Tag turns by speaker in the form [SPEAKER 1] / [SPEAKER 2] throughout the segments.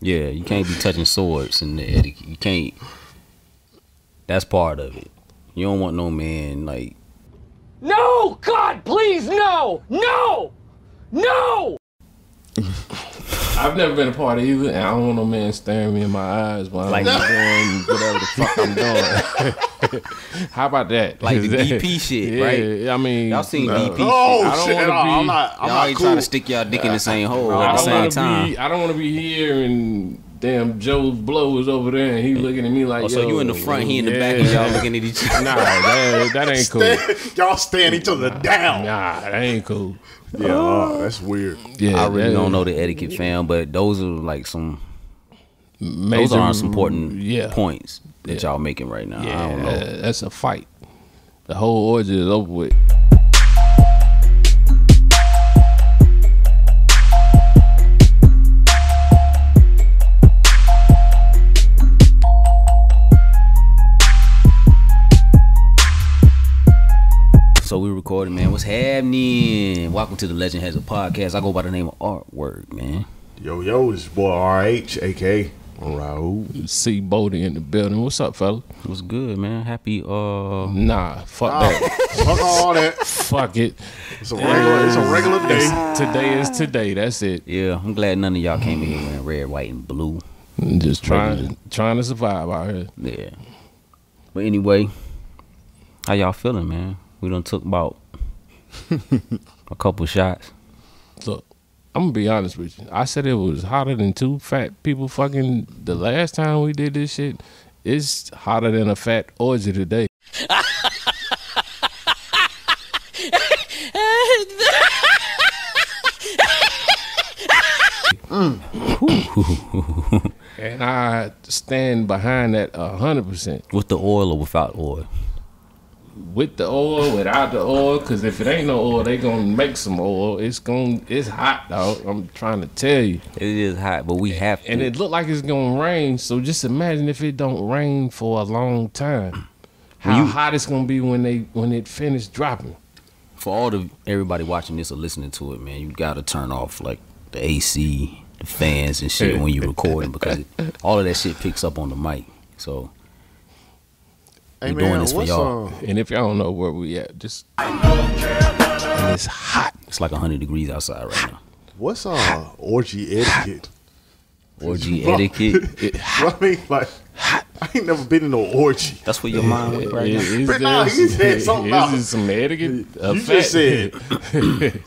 [SPEAKER 1] Yeah, you can't be touching swords in the etiquette. You can't. That's part of it. You don't want no man like
[SPEAKER 2] No! God, please, no! No! No!
[SPEAKER 3] I've never been a part of either, and I don't want no man staring me in my eyes while I'm doing whatever the fuck I'm doing. How about that?
[SPEAKER 1] Like the DP shit,
[SPEAKER 3] yeah,
[SPEAKER 1] right?
[SPEAKER 3] I mean,
[SPEAKER 1] y'all seen E DP.
[SPEAKER 4] Oh,
[SPEAKER 1] shit.
[SPEAKER 3] I don't
[SPEAKER 4] shit.
[SPEAKER 3] wanna
[SPEAKER 4] no, I'm
[SPEAKER 3] be-
[SPEAKER 4] not. I'm
[SPEAKER 1] Y'all
[SPEAKER 4] not
[SPEAKER 1] ain't
[SPEAKER 4] cool.
[SPEAKER 1] trying to stick y'all dick in the same hole at
[SPEAKER 3] I
[SPEAKER 1] the
[SPEAKER 3] don't
[SPEAKER 1] same
[SPEAKER 3] wanna
[SPEAKER 1] time.
[SPEAKER 3] Be, I don't want to be here and damn Joe Blow is over there and he looking at me like,
[SPEAKER 1] Oh, so
[SPEAKER 3] Yo,
[SPEAKER 1] you in the front, he in the back, and
[SPEAKER 3] yeah.
[SPEAKER 1] y'all looking at each other.
[SPEAKER 3] Nah, that, that ain't cool.
[SPEAKER 4] Y'all stand each other down.
[SPEAKER 3] Nah, that ain't cool.
[SPEAKER 4] Yeah, oh, that's weird.
[SPEAKER 3] Yeah,
[SPEAKER 1] I really
[SPEAKER 3] that-
[SPEAKER 1] don't know the etiquette, fam, but those are like some
[SPEAKER 3] Major,
[SPEAKER 1] those are some important
[SPEAKER 3] yeah.
[SPEAKER 1] points that y'all making right now. I don't know.
[SPEAKER 3] Yeah, that's a fight. The whole orgy is over with.
[SPEAKER 1] So we recording, man. What's happening? Welcome to the Legend Has a Podcast. I go by the name of Artwork, man.
[SPEAKER 4] Yo, yo, it's your boy RH, aka Raul.
[SPEAKER 3] See Bodie in the building. What's up, fella?
[SPEAKER 1] What's good, man? Happy uh
[SPEAKER 3] Nah, fuck that.
[SPEAKER 4] Fuck all that.
[SPEAKER 3] fuck it.
[SPEAKER 4] It's a regular. It's a regular day.
[SPEAKER 3] It's- today is today. That's it.
[SPEAKER 1] yeah, I'm glad none of y'all came in here wearing red, white, and blue.
[SPEAKER 3] Just trying, trying to survive out here.
[SPEAKER 1] Yeah. But anyway, how y'all feeling, man? We done took about a couple shots.
[SPEAKER 3] Look, I'm gonna be honest with you. I said it was hotter than two fat people fucking the last time we did this shit. It's hotter than a fat orgy today. And I stand behind that hundred percent
[SPEAKER 1] With the oil or without oil?
[SPEAKER 3] with the oil, without the oil. Cause if it ain't no oil, they gonna make some oil. It's gonna, it's hot, dog. I'm trying to tell you.
[SPEAKER 1] It is hot, but we have to.
[SPEAKER 3] and it looked like it's gonna rain. So just imagine if it don't rain for a long time. How hot it's gonna be when they when it finished dropping.
[SPEAKER 1] for all the everybody watching this or listening to it, man, you gotta turn off like the AC, the fans and shit when you're recording because it, all of that shit picks up on the mic. So
[SPEAKER 4] Hey
[SPEAKER 1] We doing this for y'all.
[SPEAKER 4] uh,
[SPEAKER 3] And if y'all don't know where we at, just it's hot.
[SPEAKER 1] it's like 100 degrees outside right now.
[SPEAKER 4] what's uh orgy etiquette?
[SPEAKER 1] Orgy
[SPEAKER 4] Bro.
[SPEAKER 1] etiquette.
[SPEAKER 4] What I mean, like, I ain't never been in no orgy.
[SPEAKER 1] That's where your mind went right now.
[SPEAKER 3] Is
[SPEAKER 4] But nah,
[SPEAKER 3] this-
[SPEAKER 4] you said something
[SPEAKER 3] is
[SPEAKER 4] about-
[SPEAKER 3] this some etiquette? A
[SPEAKER 4] you
[SPEAKER 3] fact?
[SPEAKER 4] just said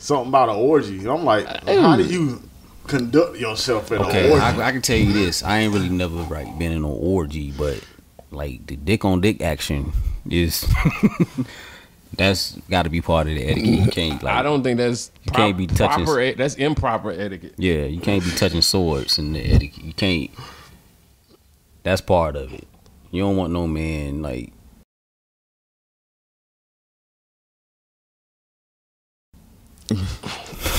[SPEAKER 4] something about an orgy. And I'm like, how do you conduct yourself at
[SPEAKER 1] Okay,
[SPEAKER 4] an orgy?
[SPEAKER 1] I, I can tell you this. I ain't really never like been in an orgy, but like the dick on dick action is that's got to be part of the etiquette. You can't like
[SPEAKER 3] I don't think that's
[SPEAKER 1] You can't be touching-
[SPEAKER 3] proper. et- That's improper etiquette.
[SPEAKER 1] Yeah, you can't be touching swords in the etiquette. You can't. That's part of it. You don't want no man like.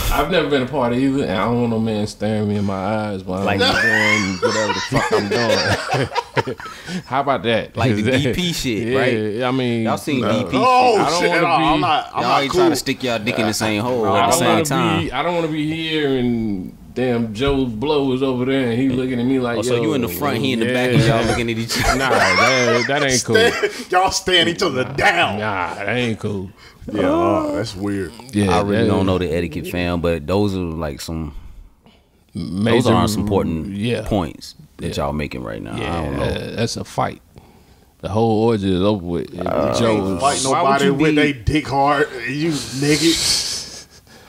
[SPEAKER 3] I've never been a part of either, and I don't want no man staring me in my eyes while I'm doing whatever the fuck I'm doing. How about that?
[SPEAKER 1] E Like the DP shit,
[SPEAKER 3] yeah,
[SPEAKER 1] right?
[SPEAKER 3] I mean,
[SPEAKER 1] Y'all seen E DP?
[SPEAKER 4] oh,
[SPEAKER 3] I don't
[SPEAKER 4] shit.
[SPEAKER 3] wanna
[SPEAKER 4] no, I'm
[SPEAKER 3] be-
[SPEAKER 4] not, I'm
[SPEAKER 1] y'all
[SPEAKER 4] not
[SPEAKER 1] ain't
[SPEAKER 4] cool.
[SPEAKER 1] trying to stick y'all dick in the same hole at
[SPEAKER 3] I
[SPEAKER 1] the
[SPEAKER 3] don't
[SPEAKER 1] same
[SPEAKER 3] want
[SPEAKER 1] time.
[SPEAKER 3] to be. I don't want to be here, and damn Joe Blow is over there, and he looking at me like,
[SPEAKER 1] oh, so
[SPEAKER 3] Yo,
[SPEAKER 1] you in the front, he in the
[SPEAKER 3] yeah.
[SPEAKER 1] back, and y'all looking at each other.
[SPEAKER 3] Nah, that, that ain't cool. Nah,
[SPEAKER 4] y'all stand each other down.
[SPEAKER 3] that ain't cool.
[SPEAKER 4] Yeah, oh, that's weird.
[SPEAKER 3] Yeah,
[SPEAKER 1] I really
[SPEAKER 3] that-
[SPEAKER 1] don't know the etiquette, fam, but those are like some. Those
[SPEAKER 3] major-
[SPEAKER 1] are some important
[SPEAKER 3] yeah.
[SPEAKER 1] points that y'all making right now. I don't know.
[SPEAKER 3] Yeah, that's a fight. The whole orgy is
[SPEAKER 1] Uh,
[SPEAKER 3] over with. Joe, is-
[SPEAKER 4] Fight
[SPEAKER 1] Why would
[SPEAKER 4] nobody
[SPEAKER 1] you
[SPEAKER 4] with
[SPEAKER 1] be-
[SPEAKER 4] they dick hard. and You naked.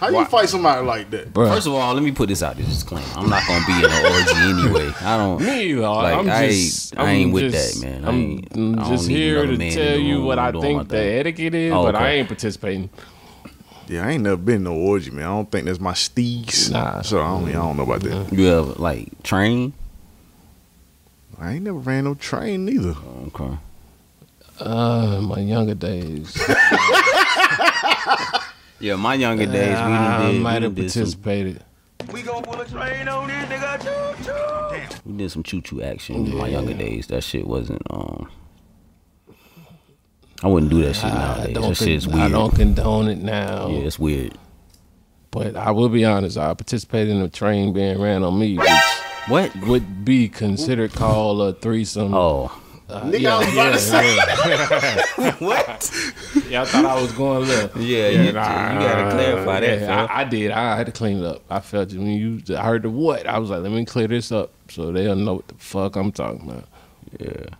[SPEAKER 4] How do you fight somebody like that?
[SPEAKER 3] Bruh.
[SPEAKER 1] First of all, let me put this out there, disclaimer. I'm not gonna be in an orgy anyway. I don't.
[SPEAKER 3] Me either.
[SPEAKER 1] Like,
[SPEAKER 3] I'm
[SPEAKER 1] I
[SPEAKER 3] just,
[SPEAKER 1] ain't- I
[SPEAKER 3] I'm
[SPEAKER 1] ain't with
[SPEAKER 3] just-
[SPEAKER 1] that, man. I
[SPEAKER 3] I'm
[SPEAKER 1] ain't- I don't
[SPEAKER 3] just
[SPEAKER 1] need
[SPEAKER 3] here
[SPEAKER 1] another
[SPEAKER 3] to
[SPEAKER 1] man in
[SPEAKER 3] tell
[SPEAKER 1] the
[SPEAKER 3] you
[SPEAKER 1] room
[SPEAKER 3] what I
[SPEAKER 1] doing my
[SPEAKER 3] think the
[SPEAKER 1] thing.
[SPEAKER 3] etiquette is,
[SPEAKER 1] Oh,
[SPEAKER 3] but I
[SPEAKER 1] okay.
[SPEAKER 3] ain't participating.
[SPEAKER 4] Yeah, I ain't never been in no orgy, man. I don't think that's my steez.
[SPEAKER 3] Nah.
[SPEAKER 4] So I don't, I don't know about that.
[SPEAKER 1] You ever like train?
[SPEAKER 4] I ain't never ran no train neither.
[SPEAKER 1] Okay.
[SPEAKER 3] Uh, my younger days,
[SPEAKER 1] Yeah, my younger days, we done
[SPEAKER 3] I
[SPEAKER 1] did, we
[SPEAKER 3] might
[SPEAKER 1] done
[SPEAKER 3] have
[SPEAKER 1] did some,
[SPEAKER 3] participated.
[SPEAKER 1] we did some choo choo action in my younger days. That shit wasn't um. I wouldn't do that shit
[SPEAKER 3] I
[SPEAKER 1] nowadays. That
[SPEAKER 3] don't,
[SPEAKER 1] shit's
[SPEAKER 3] con- I
[SPEAKER 1] weird.
[SPEAKER 3] don't condone it now.
[SPEAKER 1] Yeah, it's weird.
[SPEAKER 3] But I will be honest, I participated in a train being ran on me, which
[SPEAKER 1] What?
[SPEAKER 3] would be considered called a threesome.
[SPEAKER 1] Oh,
[SPEAKER 4] Nigga, I was about to say.
[SPEAKER 1] what?
[SPEAKER 3] Y'all thought I was going there.
[SPEAKER 1] Yeah, you, you gotta clarify that.
[SPEAKER 3] Yeah,
[SPEAKER 1] fam.
[SPEAKER 3] I, I did. I had to clean it up. I felt it when you. I heard the what. I was like, let me clear this up so they'll know what the fuck I'm talking about.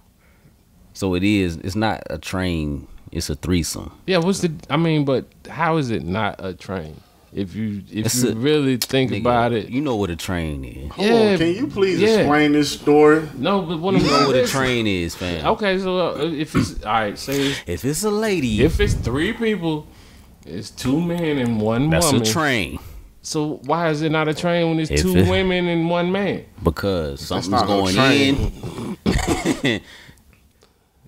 [SPEAKER 1] so it is. It's not a train. It's a threesome.
[SPEAKER 3] Yeah, what's the? I mean, but how is it not a train? If you if
[SPEAKER 1] It's
[SPEAKER 3] you
[SPEAKER 1] a-
[SPEAKER 3] really think
[SPEAKER 1] Nigga,
[SPEAKER 3] about it,
[SPEAKER 1] You know what a train is.
[SPEAKER 4] Come on, can you please
[SPEAKER 3] yeah.
[SPEAKER 4] explain this story?
[SPEAKER 3] no. But what
[SPEAKER 1] You
[SPEAKER 3] I'm
[SPEAKER 1] know what a
[SPEAKER 3] saying.
[SPEAKER 1] train is, fam.
[SPEAKER 3] Okay, so uh, if it's all right, say it's-
[SPEAKER 1] If it's a lady,
[SPEAKER 3] if it's three people, it's two men and one
[SPEAKER 1] that's
[SPEAKER 3] woman.
[SPEAKER 1] a train.
[SPEAKER 3] So why is it not a train when it's
[SPEAKER 1] If
[SPEAKER 3] two
[SPEAKER 1] it-
[SPEAKER 3] women and one man?
[SPEAKER 1] because something's
[SPEAKER 4] not no
[SPEAKER 1] going
[SPEAKER 4] train.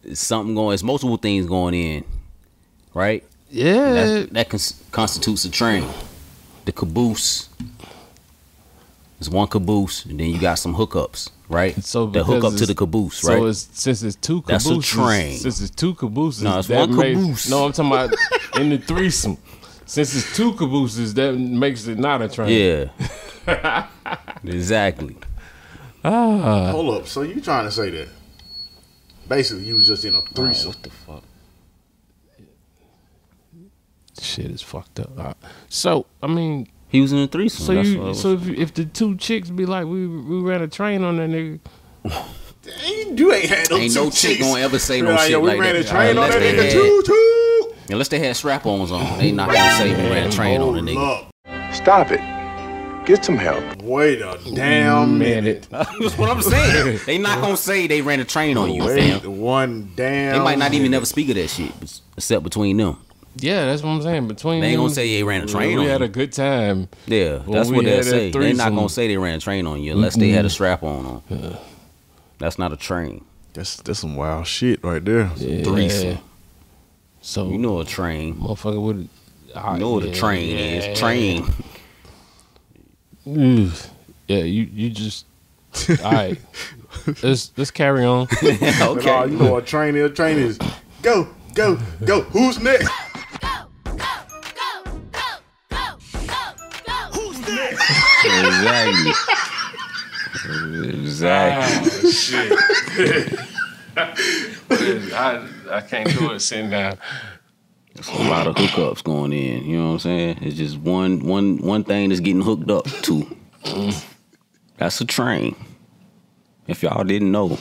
[SPEAKER 1] in. something going. It's multiple things going in, right?
[SPEAKER 3] Yeah,
[SPEAKER 1] That, that cons- constitutes a train. The caboose. It's one caboose, and then you got some hookups, right?
[SPEAKER 3] So
[SPEAKER 1] the
[SPEAKER 3] because
[SPEAKER 1] hookup to
[SPEAKER 3] it's-
[SPEAKER 1] the caboose,
[SPEAKER 3] So
[SPEAKER 1] right?
[SPEAKER 3] it's since it's two
[SPEAKER 1] That's
[SPEAKER 3] cabooses.
[SPEAKER 1] a train.
[SPEAKER 3] Since it's two cabooses.
[SPEAKER 1] No, it's
[SPEAKER 3] that
[SPEAKER 1] one
[SPEAKER 3] makes-
[SPEAKER 1] caboose.
[SPEAKER 3] no, I'm talking about in the threesome. Since it's two cabooses, that makes it not a train.
[SPEAKER 1] yeah, exactly. Uh.
[SPEAKER 4] Hold up. So you trying to say that? Basically, you was just in a threesome.
[SPEAKER 1] Oh, the fuck?
[SPEAKER 3] Shit is fucked up. All right. So I mean,
[SPEAKER 1] He was in a threesome.
[SPEAKER 3] so
[SPEAKER 1] that's what I
[SPEAKER 3] you,
[SPEAKER 1] was-
[SPEAKER 3] so if, you- if the two chicks be like, we we ran a train on that nigga.
[SPEAKER 4] Ain't- you ain't had no
[SPEAKER 1] Ain't no chick gonna ever say no
[SPEAKER 4] Like,
[SPEAKER 1] shit
[SPEAKER 4] yeah, we
[SPEAKER 1] like
[SPEAKER 4] ran
[SPEAKER 1] that.
[SPEAKER 4] a train on
[SPEAKER 1] Unless
[SPEAKER 4] that
[SPEAKER 1] they
[SPEAKER 4] nigga.
[SPEAKER 1] had-
[SPEAKER 4] Choo choo.
[SPEAKER 1] unless they had strap-ons on, they not gonna say we ran a train on a
[SPEAKER 4] Hold
[SPEAKER 1] nigga.
[SPEAKER 4] up.
[SPEAKER 5] Stop it. Get some help.
[SPEAKER 4] Wait a
[SPEAKER 1] Mm-hmm.
[SPEAKER 4] damn
[SPEAKER 3] it.
[SPEAKER 4] minute.
[SPEAKER 1] That's what I'm saying. They not gonna say they ran a train on you,
[SPEAKER 4] Wait
[SPEAKER 1] fam.
[SPEAKER 4] one damn.
[SPEAKER 1] They might not even
[SPEAKER 4] minute.
[SPEAKER 1] never speak of that shit, except between them.
[SPEAKER 3] Yeah, that's what I'm saying. Between
[SPEAKER 1] They ain't
[SPEAKER 3] them,
[SPEAKER 1] gonna say they ran a train
[SPEAKER 3] Oh. We
[SPEAKER 1] on
[SPEAKER 3] had
[SPEAKER 1] you.
[SPEAKER 3] a good time.
[SPEAKER 1] Yeah,
[SPEAKER 3] When
[SPEAKER 1] that's
[SPEAKER 3] we
[SPEAKER 1] what they'll
[SPEAKER 3] had that
[SPEAKER 1] say. They not
[SPEAKER 3] threesome-
[SPEAKER 1] gonna say they ran a train on you unless they had a strap on on. That's not a train.
[SPEAKER 4] That's that's some wild shit right there.
[SPEAKER 3] Yeah.
[SPEAKER 1] Threesome.
[SPEAKER 3] So
[SPEAKER 1] You know a train.
[SPEAKER 3] motherfucker would.
[SPEAKER 1] You know what a train is. Train.
[SPEAKER 3] Ugh. Yeah, you you just all right. Let's let's carry on.
[SPEAKER 4] But all
[SPEAKER 1] okay.
[SPEAKER 4] you know, a train is a train is go go go. Who's next?
[SPEAKER 1] exactly. Exactly.
[SPEAKER 3] shit. I I can't do it sitting down.
[SPEAKER 1] A lot of hookups going in. You know what I'm saying? It's just one one one thing that's getting hooked up to. That's a train. If y'all didn't know.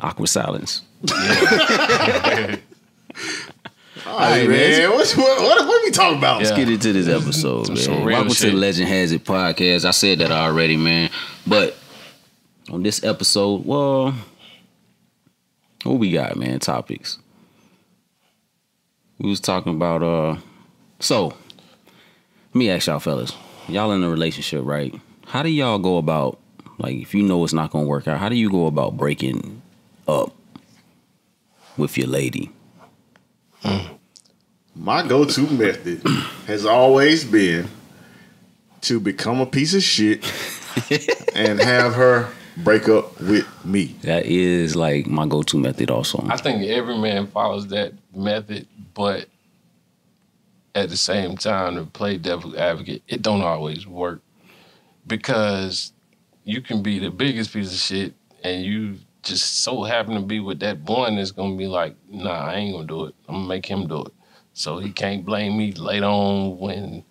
[SPEAKER 1] Awkward silence.
[SPEAKER 4] All right, man. What, what, what, what we talking about?
[SPEAKER 3] Yeah.
[SPEAKER 1] Let's get into this episode,
[SPEAKER 3] some
[SPEAKER 1] man.
[SPEAKER 3] real
[SPEAKER 1] Welcome to
[SPEAKER 3] shit.
[SPEAKER 1] the Legend Has It podcast. I said that already, man. But on this episode, well, what we got, man? Topics. We was talking about uh. So, let me ask y'all, fellas. Y'all in a relationship, right? How do y'all go about like if you know it's not gonna work out? How do you go about breaking up with your lady?
[SPEAKER 4] My go-to method has always been to become a piece of shit and have her break up with me.
[SPEAKER 1] That is like my go-to method, also.
[SPEAKER 3] I think every man follows that method, but at the same time, to play devil advocate, it don't always work because you can be the biggest piece of shit, and you just so happen to be with that one that's gonna be like, "Nah, I ain't gonna do it. I'm gonna make him do it," so he can't blame me later on when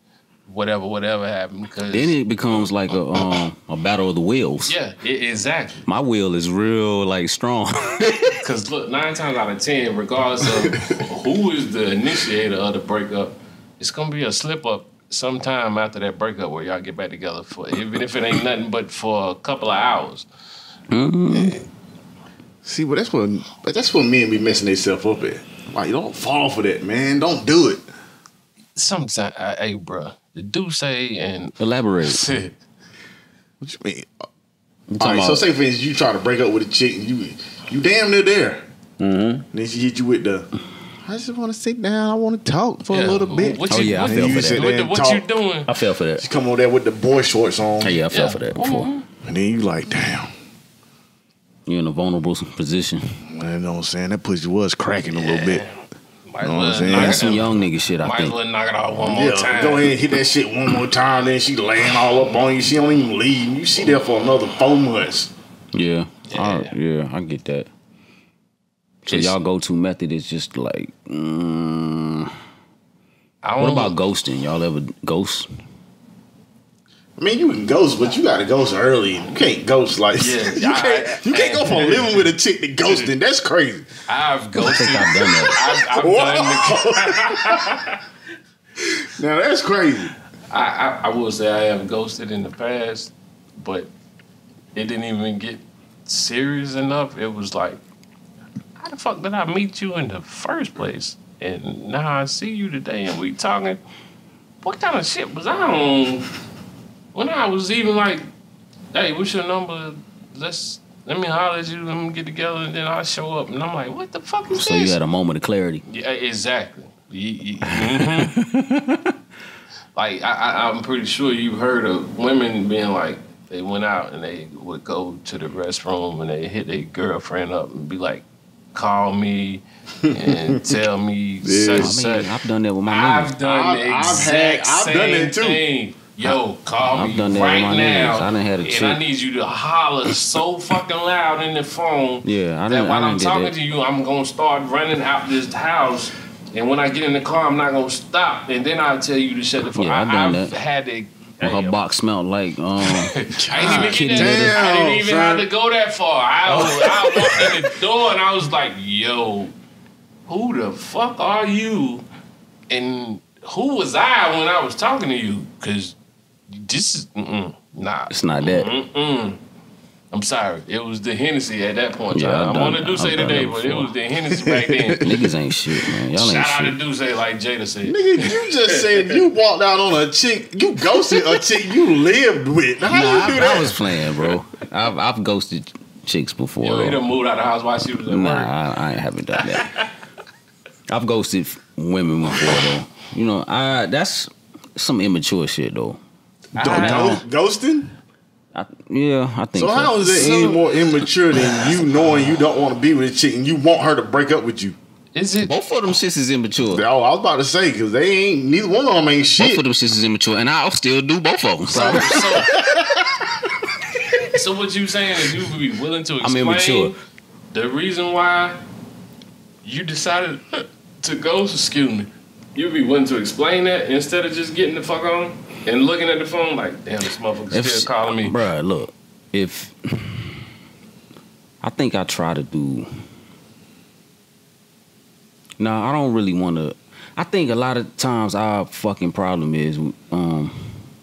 [SPEAKER 3] whatever whatever happened. Because
[SPEAKER 1] Then it becomes like a um a battle of the wheels.
[SPEAKER 3] yeah, i exactly.
[SPEAKER 1] My wheel is real like strong.
[SPEAKER 3] Because look, nine times out of ten, regardless of who is the initiator of the breakup, it's gonna be a slip up sometime after that breakup where y'all get back together for even if it ain't nothing but for a couple of hours.
[SPEAKER 4] See, but that's what but that's what men be messing themselves up at. Like, don't fall for that, man. Don't do it.
[SPEAKER 3] Sometimes, hey, bruh, the do say and
[SPEAKER 1] Elaborate.
[SPEAKER 4] What you mean? All
[SPEAKER 1] talking
[SPEAKER 4] right, so
[SPEAKER 1] about-
[SPEAKER 4] say for instance, you try to break up with a chick, and you you damn near there.
[SPEAKER 1] Mm-hmm.
[SPEAKER 4] And then she hit you with the, I just want to sit down. I want to talk for
[SPEAKER 3] Yeah,
[SPEAKER 4] a little bit.
[SPEAKER 3] What
[SPEAKER 1] Oh,
[SPEAKER 3] you,
[SPEAKER 1] yeah, I
[SPEAKER 3] what,
[SPEAKER 1] fell
[SPEAKER 3] you-
[SPEAKER 1] for
[SPEAKER 3] what
[SPEAKER 1] that.
[SPEAKER 3] the- what
[SPEAKER 4] Talk.
[SPEAKER 3] you doing?
[SPEAKER 1] I fell for
[SPEAKER 4] She
[SPEAKER 1] that.
[SPEAKER 4] come over there with the boy shorts on,
[SPEAKER 1] Hey, yeah, I fell
[SPEAKER 3] Yeah.
[SPEAKER 1] for that before.
[SPEAKER 4] and then you like, damn.
[SPEAKER 1] You're in a vulnerable position.
[SPEAKER 4] You know what I'm saying? That pussy was cracking a little bit.
[SPEAKER 3] Might as
[SPEAKER 4] Know what I'm
[SPEAKER 3] well
[SPEAKER 4] saying?
[SPEAKER 3] knock it
[SPEAKER 4] That's
[SPEAKER 1] That's some
[SPEAKER 3] out-
[SPEAKER 1] young nigga shit, I
[SPEAKER 3] Might as
[SPEAKER 1] think.
[SPEAKER 3] well knock it out one more
[SPEAKER 4] Yeah,
[SPEAKER 3] time.
[SPEAKER 4] go ahead and hit that shit one more time. Then she laying all up on you. She don't even leave. You see there for another four months.
[SPEAKER 1] Yeah.
[SPEAKER 3] Yeah.
[SPEAKER 1] Yeah. I, yeah, I get that. So
[SPEAKER 3] It's-
[SPEAKER 1] y'all go to method is just like mm,
[SPEAKER 3] I
[SPEAKER 1] what
[SPEAKER 3] don't
[SPEAKER 1] about ghosting? Y'all ever ghost?
[SPEAKER 4] I mean, you can ghost, but you got to ghost early. You can't ghost like
[SPEAKER 3] Yeah,
[SPEAKER 4] you can't.
[SPEAKER 3] I-
[SPEAKER 4] you can't go from living with a chick to ghosting. That's crazy.
[SPEAKER 3] I've ghosted.
[SPEAKER 1] I've done that.
[SPEAKER 3] I've, I've
[SPEAKER 4] Whoa.
[SPEAKER 3] done the
[SPEAKER 4] Now that's crazy.
[SPEAKER 3] I, I, I will say I have ghosted in the past, but it didn't even get serious enough. It was like, how the fuck did I meet you in the first place? And now I see you today and we talking. What kind of shit was I on when I was even like, hey, what's your number? Let's let me holler at you. Let me get together, and then I show up, and I'm like, what the fuck is
[SPEAKER 1] So
[SPEAKER 3] this?
[SPEAKER 1] you had a moment of clarity.
[SPEAKER 3] Yeah, exactly. Ye- ye- mhm. like I, I, I'm pretty sure you've heard of women being like they went out and they would go to the restroom and they hit their girlfriend up and be like, "Call me and tell me such and
[SPEAKER 1] I mean,
[SPEAKER 3] such."
[SPEAKER 1] I've done that with my niggas.
[SPEAKER 3] I've done
[SPEAKER 4] I've-
[SPEAKER 3] the
[SPEAKER 4] I've
[SPEAKER 3] exact
[SPEAKER 4] had- I've
[SPEAKER 3] same
[SPEAKER 4] done it too.
[SPEAKER 3] thing. Yo, call
[SPEAKER 1] I've
[SPEAKER 3] me
[SPEAKER 1] done that with
[SPEAKER 3] right
[SPEAKER 1] my
[SPEAKER 3] now.
[SPEAKER 1] niggas. I done had a
[SPEAKER 3] and
[SPEAKER 1] chick-
[SPEAKER 3] I need you to holler so fucking loud in the phone.
[SPEAKER 1] Yeah, I
[SPEAKER 3] that
[SPEAKER 1] done- I
[SPEAKER 3] while
[SPEAKER 1] done
[SPEAKER 3] I'm
[SPEAKER 1] did
[SPEAKER 3] talking
[SPEAKER 1] that.
[SPEAKER 3] to you, I'm gonna start running out this house. And when I get in the car, I'm not gonna stop. And then I'll tell you to shut the fuck.
[SPEAKER 1] Yeah, I've
[SPEAKER 3] I,
[SPEAKER 1] done
[SPEAKER 3] I've
[SPEAKER 1] that.
[SPEAKER 3] had a.
[SPEAKER 1] Well, her box smelled like um
[SPEAKER 3] I didn't even,
[SPEAKER 1] kidney
[SPEAKER 3] get that, I
[SPEAKER 4] litter.
[SPEAKER 3] didn't even have
[SPEAKER 4] Damn,
[SPEAKER 3] to go that far. I, was, I walked in the door and I was like, yo, who the fuck are you? And who was I when I was talking to you? Because this is, mm-mm, nah.
[SPEAKER 1] it's not that.
[SPEAKER 3] Mm-mm. Mm. I'm sorry. It was the Hennessy at that point.
[SPEAKER 1] Yeah,
[SPEAKER 3] Yeah,
[SPEAKER 1] I've
[SPEAKER 3] I'm
[SPEAKER 1] done
[SPEAKER 3] on to
[SPEAKER 1] that.
[SPEAKER 3] Duce
[SPEAKER 1] I've done
[SPEAKER 3] today,
[SPEAKER 1] that
[SPEAKER 3] but it
[SPEAKER 1] before.
[SPEAKER 3] was the Hennessy back then.
[SPEAKER 1] Niggas ain't shit, man. Y'all ain't
[SPEAKER 3] Shout out to
[SPEAKER 1] shit.
[SPEAKER 3] Duce, like Jada said.
[SPEAKER 4] Nigga, you just said you walked out on a chick, you ghosted a chick you lived with. How
[SPEAKER 1] Nah,
[SPEAKER 4] you do
[SPEAKER 1] I, I
[SPEAKER 4] that?
[SPEAKER 1] was playing, bro. I've I've ghosted chicks before.
[SPEAKER 3] Yo, he done moved out of the house while she was at
[SPEAKER 1] Nah,
[SPEAKER 3] work.
[SPEAKER 1] I, I haven't done that. I've ghosted women before though. You know, I that's some immature shit though.
[SPEAKER 4] Don't ghost- ghosting?
[SPEAKER 1] I, yeah, I think
[SPEAKER 4] So
[SPEAKER 1] so.
[SPEAKER 4] how is it any more immature than you knowing you don't want to be with a chick and you want her to break up with you?
[SPEAKER 3] Is it?
[SPEAKER 1] Both of them shits is immature.
[SPEAKER 4] Oh, I was about to say because they ain't neither one of them ain't
[SPEAKER 1] Both
[SPEAKER 4] shit.
[SPEAKER 1] of them shits is immature, and I'll still do both of them. So
[SPEAKER 3] so, so what you saying is you would be willing to
[SPEAKER 1] I'm
[SPEAKER 3] explain
[SPEAKER 1] immature.
[SPEAKER 3] the reason why you decided to ghost? Excuse me. You'd be willing to explain that instead of just getting the fuck on and looking at the phone like, damn, this motherfucker's
[SPEAKER 1] If
[SPEAKER 3] still
[SPEAKER 1] she-
[SPEAKER 3] calling me.
[SPEAKER 1] Bruh, look, if I think I try to do. No, I don't really want to. I think a lot of times our fucking problem is, um,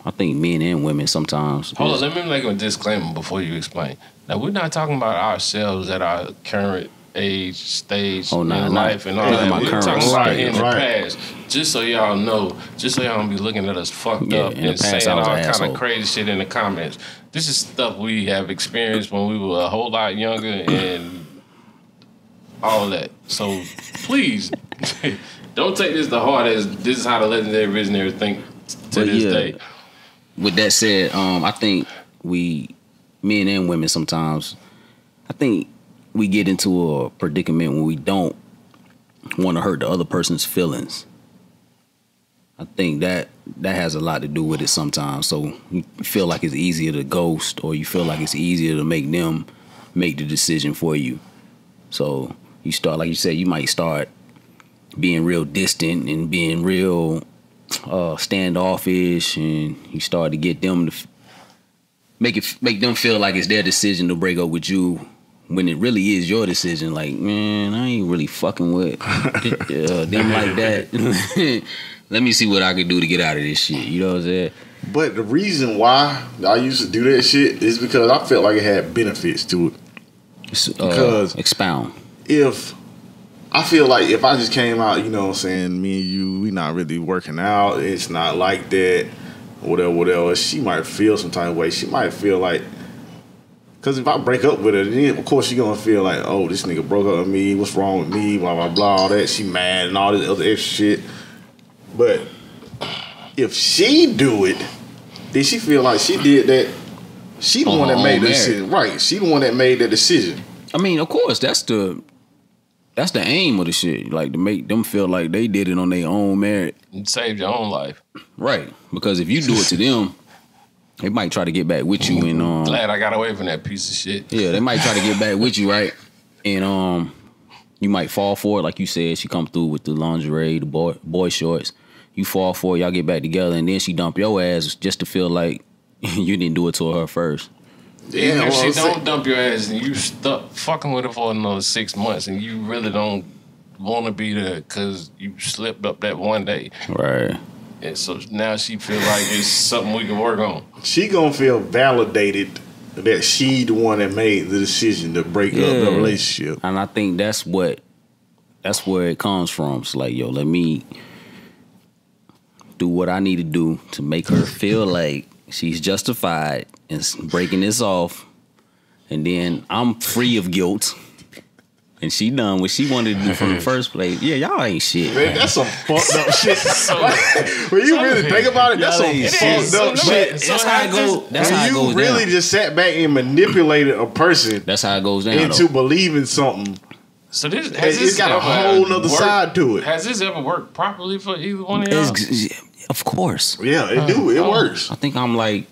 [SPEAKER 1] I think men and women sometimes.
[SPEAKER 3] Hold
[SPEAKER 1] is-
[SPEAKER 3] on, let me make a disclaimer before you explain. Now we're not talking about ourselves at our current age, stage
[SPEAKER 1] Oh,
[SPEAKER 3] in
[SPEAKER 1] nah, nah.
[SPEAKER 3] life, and all
[SPEAKER 1] Look at
[SPEAKER 3] that.
[SPEAKER 1] my
[SPEAKER 3] We're
[SPEAKER 1] current
[SPEAKER 3] talking about in the
[SPEAKER 4] state, right.
[SPEAKER 3] past. Just so y'all know, just so y'all don't be looking at us fucked
[SPEAKER 1] Yeah,
[SPEAKER 3] up
[SPEAKER 1] in the
[SPEAKER 3] and
[SPEAKER 1] past,
[SPEAKER 3] saying
[SPEAKER 1] I
[SPEAKER 3] all
[SPEAKER 1] was an
[SPEAKER 3] kind
[SPEAKER 1] asshole.
[SPEAKER 3] of crazy shit in the comments. This is stuff we have experienced when we were a whole lot younger and all that. So please, don't take this to heart as this is how the legendary visionary think t- to
[SPEAKER 1] But
[SPEAKER 3] this
[SPEAKER 1] yeah,
[SPEAKER 3] day.
[SPEAKER 1] with that said, um, I think we, men and women, sometimes, I think we get into a predicament when we don't want to hurt the other person's feelings. I think that that has a lot to do with it sometimes. So you feel like it's easier to ghost, or you feel like it's easier to make them make the decision for you. So you start, like you said, you might start being real distant and being real uh, standoffish, and you start to get them to f- make it make them feel like it's their decision to break up with you, when it really is your decision. Like, man, I ain't really fucking with uh, them like that. Let me see what I can do to get out of this shit. You know what I'm saying?
[SPEAKER 4] But the reason why I used to do that shit is because I felt like it had benefits to it.
[SPEAKER 1] S- uh,
[SPEAKER 4] Because-
[SPEAKER 1] expound.
[SPEAKER 4] If I feel like if I just came out, you know, what I'm saying me and you, we not really working out. It's not like that. Whatever, whatever. She might feel some type of way. She might feel like. Cause if I break up with her, then of course she gonna feel like, oh, this nigga broke up with me. What's wrong with me? Blah blah blah. All that. She mad and all this other extra shit. But if she do it, then she feel like she did that. She the
[SPEAKER 1] On
[SPEAKER 4] one
[SPEAKER 1] her
[SPEAKER 4] that made
[SPEAKER 1] own
[SPEAKER 4] the
[SPEAKER 1] merit.
[SPEAKER 4] decision, right? She the one that made the decision.
[SPEAKER 1] I mean, of course, that's the that's the aim of the shit. Like to make them feel like they did it on their own merit.
[SPEAKER 3] and save your own life.
[SPEAKER 1] Right. Because if you do it to them, they might try to get back with you and um
[SPEAKER 3] Glad I got away from that piece of shit.
[SPEAKER 1] Yeah, they might try to get back with you, right? And um, you might fall for it, like you said. She come through with the lingerie, the boy boy shorts. You fall for it, y'all get back together, and then she dump your ass just to feel like you didn't do it to her first.
[SPEAKER 3] Even
[SPEAKER 4] Yeah,
[SPEAKER 3] if
[SPEAKER 4] well,
[SPEAKER 3] she
[SPEAKER 4] I'm saying-
[SPEAKER 3] don't dump your ass and you stuck fucking with her for another six months and you really don't want to be there because you slipped up that one day,
[SPEAKER 1] Right.
[SPEAKER 3] and so now she feel like it's something we can work on.
[SPEAKER 4] she gonna feel validated that she the one that made the decision to break up
[SPEAKER 1] Yeah.
[SPEAKER 4] the relationship.
[SPEAKER 1] And I think that's what that's where it comes from. It's like, yo, let me do what I need to do to make her feel like she's justified in s- breaking this off, and then I'm free of guilt. And she done what she wanted to do from the first place. Yeah, y'all ain't shit.
[SPEAKER 4] Man, that's some fucked up shit. when you really think about it, that's
[SPEAKER 1] Y'all
[SPEAKER 4] some
[SPEAKER 1] ain't
[SPEAKER 4] fucked
[SPEAKER 3] shit. Some
[SPEAKER 4] up shit.
[SPEAKER 3] shit.
[SPEAKER 1] That's
[SPEAKER 3] so
[SPEAKER 1] how it
[SPEAKER 3] how
[SPEAKER 1] go.
[SPEAKER 3] does-
[SPEAKER 1] That's how
[SPEAKER 4] when
[SPEAKER 1] it
[SPEAKER 4] you
[SPEAKER 1] goes
[SPEAKER 4] really
[SPEAKER 1] down.
[SPEAKER 4] just sat back and manipulated a person
[SPEAKER 1] that's how it goes down.
[SPEAKER 4] into
[SPEAKER 1] Though.
[SPEAKER 4] believing something.
[SPEAKER 3] So this
[SPEAKER 4] It-
[SPEAKER 3] has
[SPEAKER 4] It's
[SPEAKER 3] this
[SPEAKER 4] got a
[SPEAKER 3] ever
[SPEAKER 4] whole nother
[SPEAKER 3] worked-
[SPEAKER 4] side to it.
[SPEAKER 3] Has this ever worked properly for either one of y'all?
[SPEAKER 1] It's- of course,
[SPEAKER 4] Yeah, it do. It works.
[SPEAKER 1] I think I'm like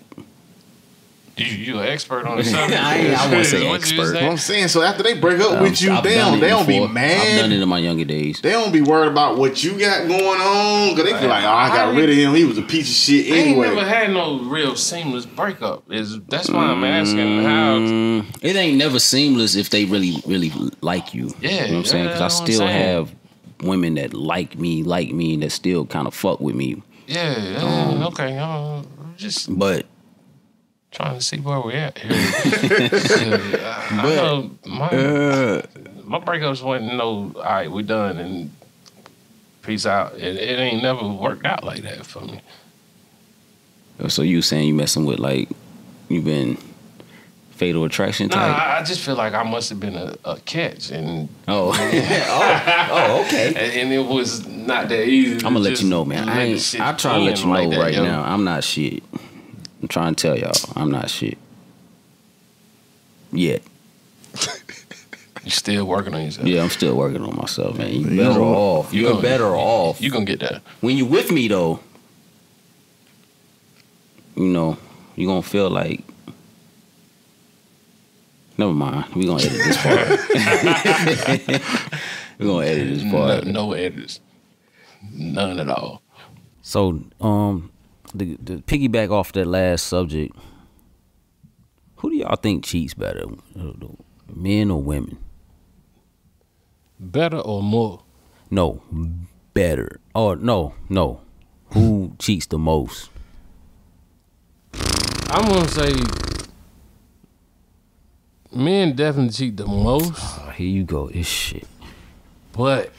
[SPEAKER 3] You you an expert on the subject?
[SPEAKER 1] I ain't- I wouldn't say
[SPEAKER 3] What you
[SPEAKER 1] expert.
[SPEAKER 4] What I'm saying. So after they break up with you,
[SPEAKER 1] I've
[SPEAKER 4] they
[SPEAKER 1] done
[SPEAKER 4] don't,
[SPEAKER 1] it
[SPEAKER 4] they don't be
[SPEAKER 1] before. I've done
[SPEAKER 4] mad.
[SPEAKER 1] it in my younger days.
[SPEAKER 4] They don't be worried about what you got going on. Cause they feel like, oh, I
[SPEAKER 3] I-
[SPEAKER 4] got rid of him. He was a piece of shit
[SPEAKER 3] I ain't never
[SPEAKER 4] anyway.
[SPEAKER 3] had no real seamless breakup. Is that's why I'm asking how.
[SPEAKER 1] Mm, it ain't never seamless if they really, really like you.
[SPEAKER 3] Yeah,
[SPEAKER 1] you know what I'm saying?
[SPEAKER 3] yeah,
[SPEAKER 1] Because I
[SPEAKER 3] that's what I'm
[SPEAKER 1] still
[SPEAKER 3] saying.
[SPEAKER 1] have women that like me, like me, that still kind of fuck with me.
[SPEAKER 3] Yeah, yeah,
[SPEAKER 4] Mm.
[SPEAKER 3] okay. Uh, just
[SPEAKER 1] But
[SPEAKER 3] trying to see where we're at here. Yeah, I, I know my,
[SPEAKER 1] uh,
[SPEAKER 3] my breakups wasn't no, all right, we're done and peace out. It, it ain't never worked out like that for me.
[SPEAKER 1] so you saying you messing with like you been fatal attraction
[SPEAKER 3] Nah,
[SPEAKER 1] type?
[SPEAKER 3] I, I just feel like I must have been a, a catch and
[SPEAKER 1] Oh, oh, oh, okay.
[SPEAKER 3] and it was not that easy.
[SPEAKER 1] I'm gonna let you know, man. I, ain't, I try to let you know right now. I'm not shit. I'm trying to tell y'all, I'm not shit. Yet.
[SPEAKER 3] You're still working on yourself.
[SPEAKER 1] Yeah, I'm still working on myself, man. You better off.
[SPEAKER 3] you
[SPEAKER 1] You're
[SPEAKER 3] gonna-
[SPEAKER 1] better off.
[SPEAKER 3] You gonna get there.
[SPEAKER 1] when you with me though, you know, you gonna feel like Never mind. We're gonna edit this part. We're gonna edit this
[SPEAKER 3] No,
[SPEAKER 1] part.
[SPEAKER 3] no editors. None at all.
[SPEAKER 1] So, um the the piggyback off that last subject, who do y'all think cheats better? Men or women?
[SPEAKER 3] Better or more?
[SPEAKER 1] No, better. Or no, no. Who cheats the most?
[SPEAKER 3] I'm gonna say men definitely cheat the most,
[SPEAKER 1] Oh, here you go. It's shit.
[SPEAKER 3] but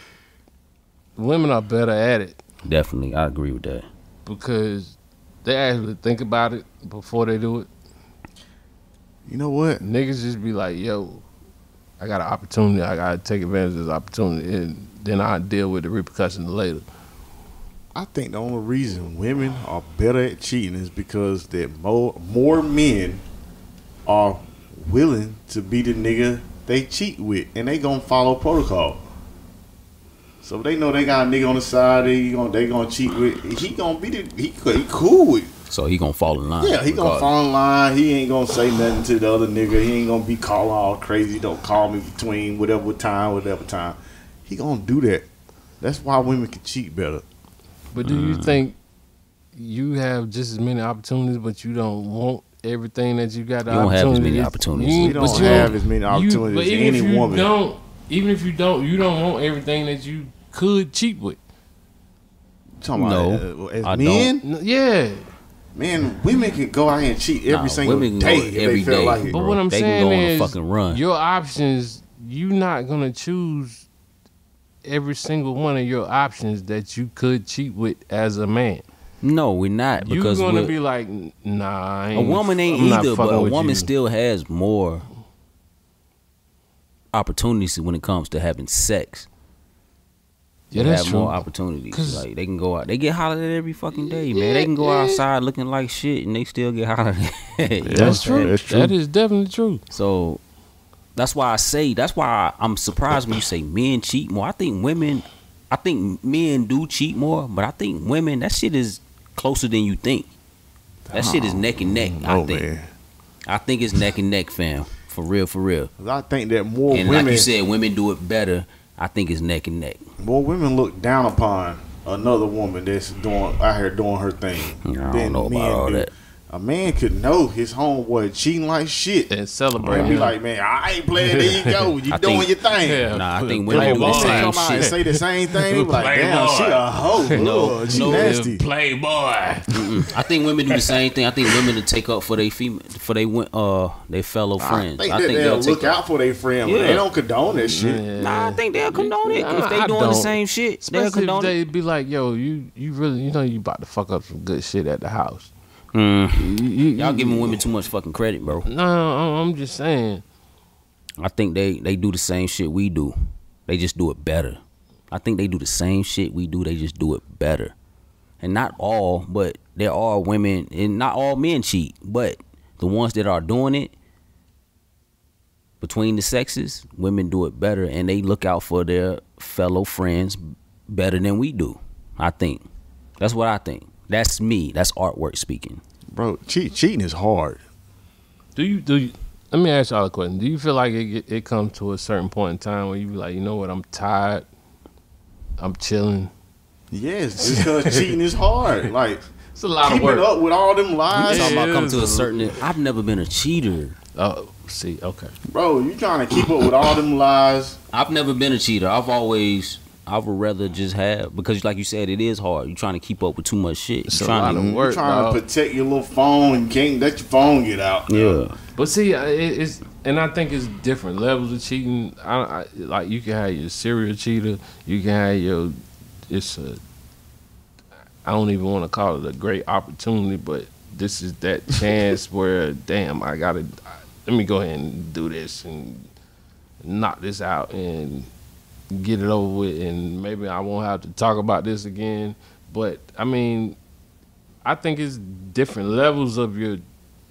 [SPEAKER 3] women are better at it
[SPEAKER 1] Definitely, I agree with that.
[SPEAKER 3] because they actually think about it before they do it.
[SPEAKER 4] You know what?
[SPEAKER 3] Niggas just be like, "Yo, I got an opportunity. I gotta take advantage of this opportunity, and then I deal with the repercussions later."
[SPEAKER 4] I think the only reason women are better at cheating is because that more more men are willing to be the nigga they cheat with, and they gonna follow protocol. So if they know they got a nigga on the side they gonna they gonna cheat with. He gonna be the he, he cool with.
[SPEAKER 1] So he gonna fall in line.
[SPEAKER 4] Yeah, he gonna
[SPEAKER 1] regardless.
[SPEAKER 4] fall in line. He ain't gonna say nothing to the other nigga. He ain't gonna be calling all crazy. Don't call me between whatever time, whatever time. He gonna do that. That's why women can cheat better.
[SPEAKER 3] But do
[SPEAKER 1] Mm-hmm.
[SPEAKER 3] you think you have just as many opportunities, but you don't want everything that you got? The
[SPEAKER 1] You don't have as many
[SPEAKER 3] opportunity-
[SPEAKER 1] opportunities.
[SPEAKER 3] You,
[SPEAKER 4] We
[SPEAKER 3] but
[SPEAKER 4] don't
[SPEAKER 3] you
[SPEAKER 4] have as many
[SPEAKER 3] you-
[SPEAKER 4] opportunities
[SPEAKER 3] but
[SPEAKER 4] as
[SPEAKER 3] even
[SPEAKER 4] any
[SPEAKER 3] if you
[SPEAKER 4] woman.
[SPEAKER 3] Don't even if you don't, you don't want everything that you could cheat with.
[SPEAKER 4] Talking about
[SPEAKER 1] No,
[SPEAKER 4] uh, as
[SPEAKER 1] I
[SPEAKER 4] men,
[SPEAKER 3] N- Yeah,
[SPEAKER 4] man, women can go out and cheat every
[SPEAKER 1] Nah,
[SPEAKER 4] single
[SPEAKER 1] women
[SPEAKER 4] day
[SPEAKER 1] go
[SPEAKER 4] if
[SPEAKER 1] every
[SPEAKER 4] they feel
[SPEAKER 1] day. Oh,
[SPEAKER 4] like it.
[SPEAKER 3] but
[SPEAKER 1] Bro,
[SPEAKER 3] what I'm
[SPEAKER 1] they can
[SPEAKER 3] saying
[SPEAKER 1] go on a
[SPEAKER 3] is,
[SPEAKER 1] fucking run.
[SPEAKER 3] your options. You're not gonna choose every single one of your options that you could cheat with as a man.
[SPEAKER 1] No, we're not
[SPEAKER 3] You're
[SPEAKER 1] because
[SPEAKER 3] gonna
[SPEAKER 1] we're-
[SPEAKER 3] be like, nah. I
[SPEAKER 1] a
[SPEAKER 3] ain't,
[SPEAKER 1] woman ain't
[SPEAKER 3] I'm not
[SPEAKER 1] either, but
[SPEAKER 3] fucking
[SPEAKER 1] a
[SPEAKER 3] with
[SPEAKER 1] woman
[SPEAKER 3] you.
[SPEAKER 1] still has more opportunities when it comes to having sex.
[SPEAKER 3] Yeah,
[SPEAKER 1] they
[SPEAKER 3] that's
[SPEAKER 1] have
[SPEAKER 3] true.
[SPEAKER 1] more opportunities.
[SPEAKER 3] 'Cause-
[SPEAKER 1] Like they can go out, they get hollered at every fucking day, man. They can go outside looking like shit, and they still get hollered at. You know
[SPEAKER 3] That's
[SPEAKER 1] what I'm saying?
[SPEAKER 3] true. That is definitely true.
[SPEAKER 1] So That's why I say. That's why I'm surprised when you say men cheat more. I think women. I think men do cheat more, but I think women that shit is closer than you think. That shit is neck and neck. I
[SPEAKER 4] Oh
[SPEAKER 1] think.
[SPEAKER 4] man,
[SPEAKER 1] I think it's neck and neck, fam. For real, for real.
[SPEAKER 4] 'Cause I think that more
[SPEAKER 1] and
[SPEAKER 4] women,
[SPEAKER 1] like you said, women do it better. I think it's neck and neck.
[SPEAKER 4] more women look down upon another woman that's doing out here doing her thing.
[SPEAKER 1] I don't
[SPEAKER 4] than
[SPEAKER 1] know about
[SPEAKER 4] men
[SPEAKER 1] all
[SPEAKER 4] do.
[SPEAKER 1] that.
[SPEAKER 4] A man could know his homeboy cheating like shit.
[SPEAKER 3] and celebrate.
[SPEAKER 4] And be
[SPEAKER 3] him.
[SPEAKER 4] like, man, I ain't playing. There you go. You
[SPEAKER 1] I
[SPEAKER 4] doing
[SPEAKER 1] think-
[SPEAKER 4] your thing.
[SPEAKER 3] Yeah.
[SPEAKER 1] Nah, I think
[SPEAKER 3] Play
[SPEAKER 1] women do the
[SPEAKER 3] ball.
[SPEAKER 1] same
[SPEAKER 4] Come out and
[SPEAKER 1] shit.
[SPEAKER 4] say the same thing. You be like,
[SPEAKER 3] Play
[SPEAKER 4] damn,
[SPEAKER 3] hard.
[SPEAKER 4] she a hoe.
[SPEAKER 1] No,
[SPEAKER 4] Ugh, she
[SPEAKER 1] no.
[SPEAKER 4] nasty.
[SPEAKER 3] Playboy.
[SPEAKER 1] I think women do the same thing. I think women to take up for their female, for they went uh their fellow
[SPEAKER 4] I
[SPEAKER 1] friends.
[SPEAKER 4] think that they'll look
[SPEAKER 1] up.
[SPEAKER 4] out for their friend, but
[SPEAKER 1] Yeah.
[SPEAKER 4] they don't condone that shit.
[SPEAKER 1] Nah, I think they'll condone it
[SPEAKER 3] Nah,
[SPEAKER 1] if they
[SPEAKER 3] I
[SPEAKER 1] doing the
[SPEAKER 3] don't.
[SPEAKER 1] same shit. They'll
[SPEAKER 3] Especially if
[SPEAKER 1] condone it.
[SPEAKER 3] they be like, yo, you you really you know you about to fuck up some good shit at the house. You- you-
[SPEAKER 1] Y'all
[SPEAKER 3] you-
[SPEAKER 1] giving women too much fucking credit, bro.
[SPEAKER 3] No, I'm- I'm just saying.
[SPEAKER 1] I think they they do the same shit we do. They just do it better. I think they do the same shit we do. They just do it better. And not all, but there are women, and not all men cheat, but the ones that are doing it between the sexes, women do it better, and they look out for their fellow friends better than we do. I think that's what I think. That's me. That's artwork speaking.
[SPEAKER 4] Bro, cheat, cheating is hard.
[SPEAKER 3] Do you do? You, let me ask y'all a question. Do you feel like it get- it comes to a certain point in time where you be like, you know what, I'm tired, I'm chilling.
[SPEAKER 4] Yes, because cheating is hard. Like,
[SPEAKER 3] It's a lot of
[SPEAKER 4] keeping
[SPEAKER 3] work.
[SPEAKER 4] up with all them
[SPEAKER 1] I'm
[SPEAKER 4] lies.
[SPEAKER 1] talking about
[SPEAKER 3] it
[SPEAKER 1] come
[SPEAKER 3] is
[SPEAKER 1] to a
[SPEAKER 3] a-
[SPEAKER 1] certain. e-, I've never been a cheater.
[SPEAKER 3] Oh, see, okay.
[SPEAKER 4] Bro, you trying to keep up with all them lies.
[SPEAKER 1] I've never been a cheater. I've always I would rather just have because like you said, it is hard. You're trying to keep up with too much shit.
[SPEAKER 3] It's
[SPEAKER 1] You're
[SPEAKER 3] a
[SPEAKER 1] trying
[SPEAKER 3] lot
[SPEAKER 1] to
[SPEAKER 3] of
[SPEAKER 4] You
[SPEAKER 3] work,
[SPEAKER 4] trying
[SPEAKER 3] dog.
[SPEAKER 4] to protect your little phone. You can't let your phone get out.
[SPEAKER 1] Yeah.
[SPEAKER 3] But see, I- it, it's and I think it's different levels of cheating. I, I like you can have your serial cheater, you can have your it's a I don't even want to call it a great opportunity, but this is that chance where damn, I gotta let me go ahead and do this and knock this out and get it over with, and maybe I won't have to talk about this again. But I mean, I think it's different levels of your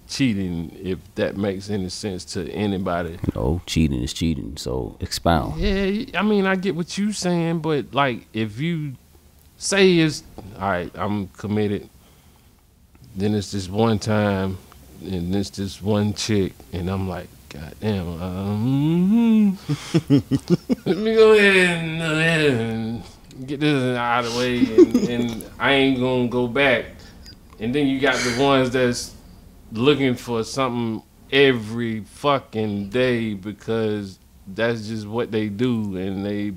[SPEAKER 3] cheating, if that makes any sense to anybody.
[SPEAKER 1] You know, cheating is cheating. So expound.
[SPEAKER 3] Yeah, I mean, I get what you saying, but like, if you say it's all right, I'm committed. Then it's this one time, and it's this one chick, and I'm like, God damn, um, let me go ahead and, uh, and get this out of the way, and, and I ain't gonna go back. And then you got the ones that's looking for something every fucking day because that's just what they do and they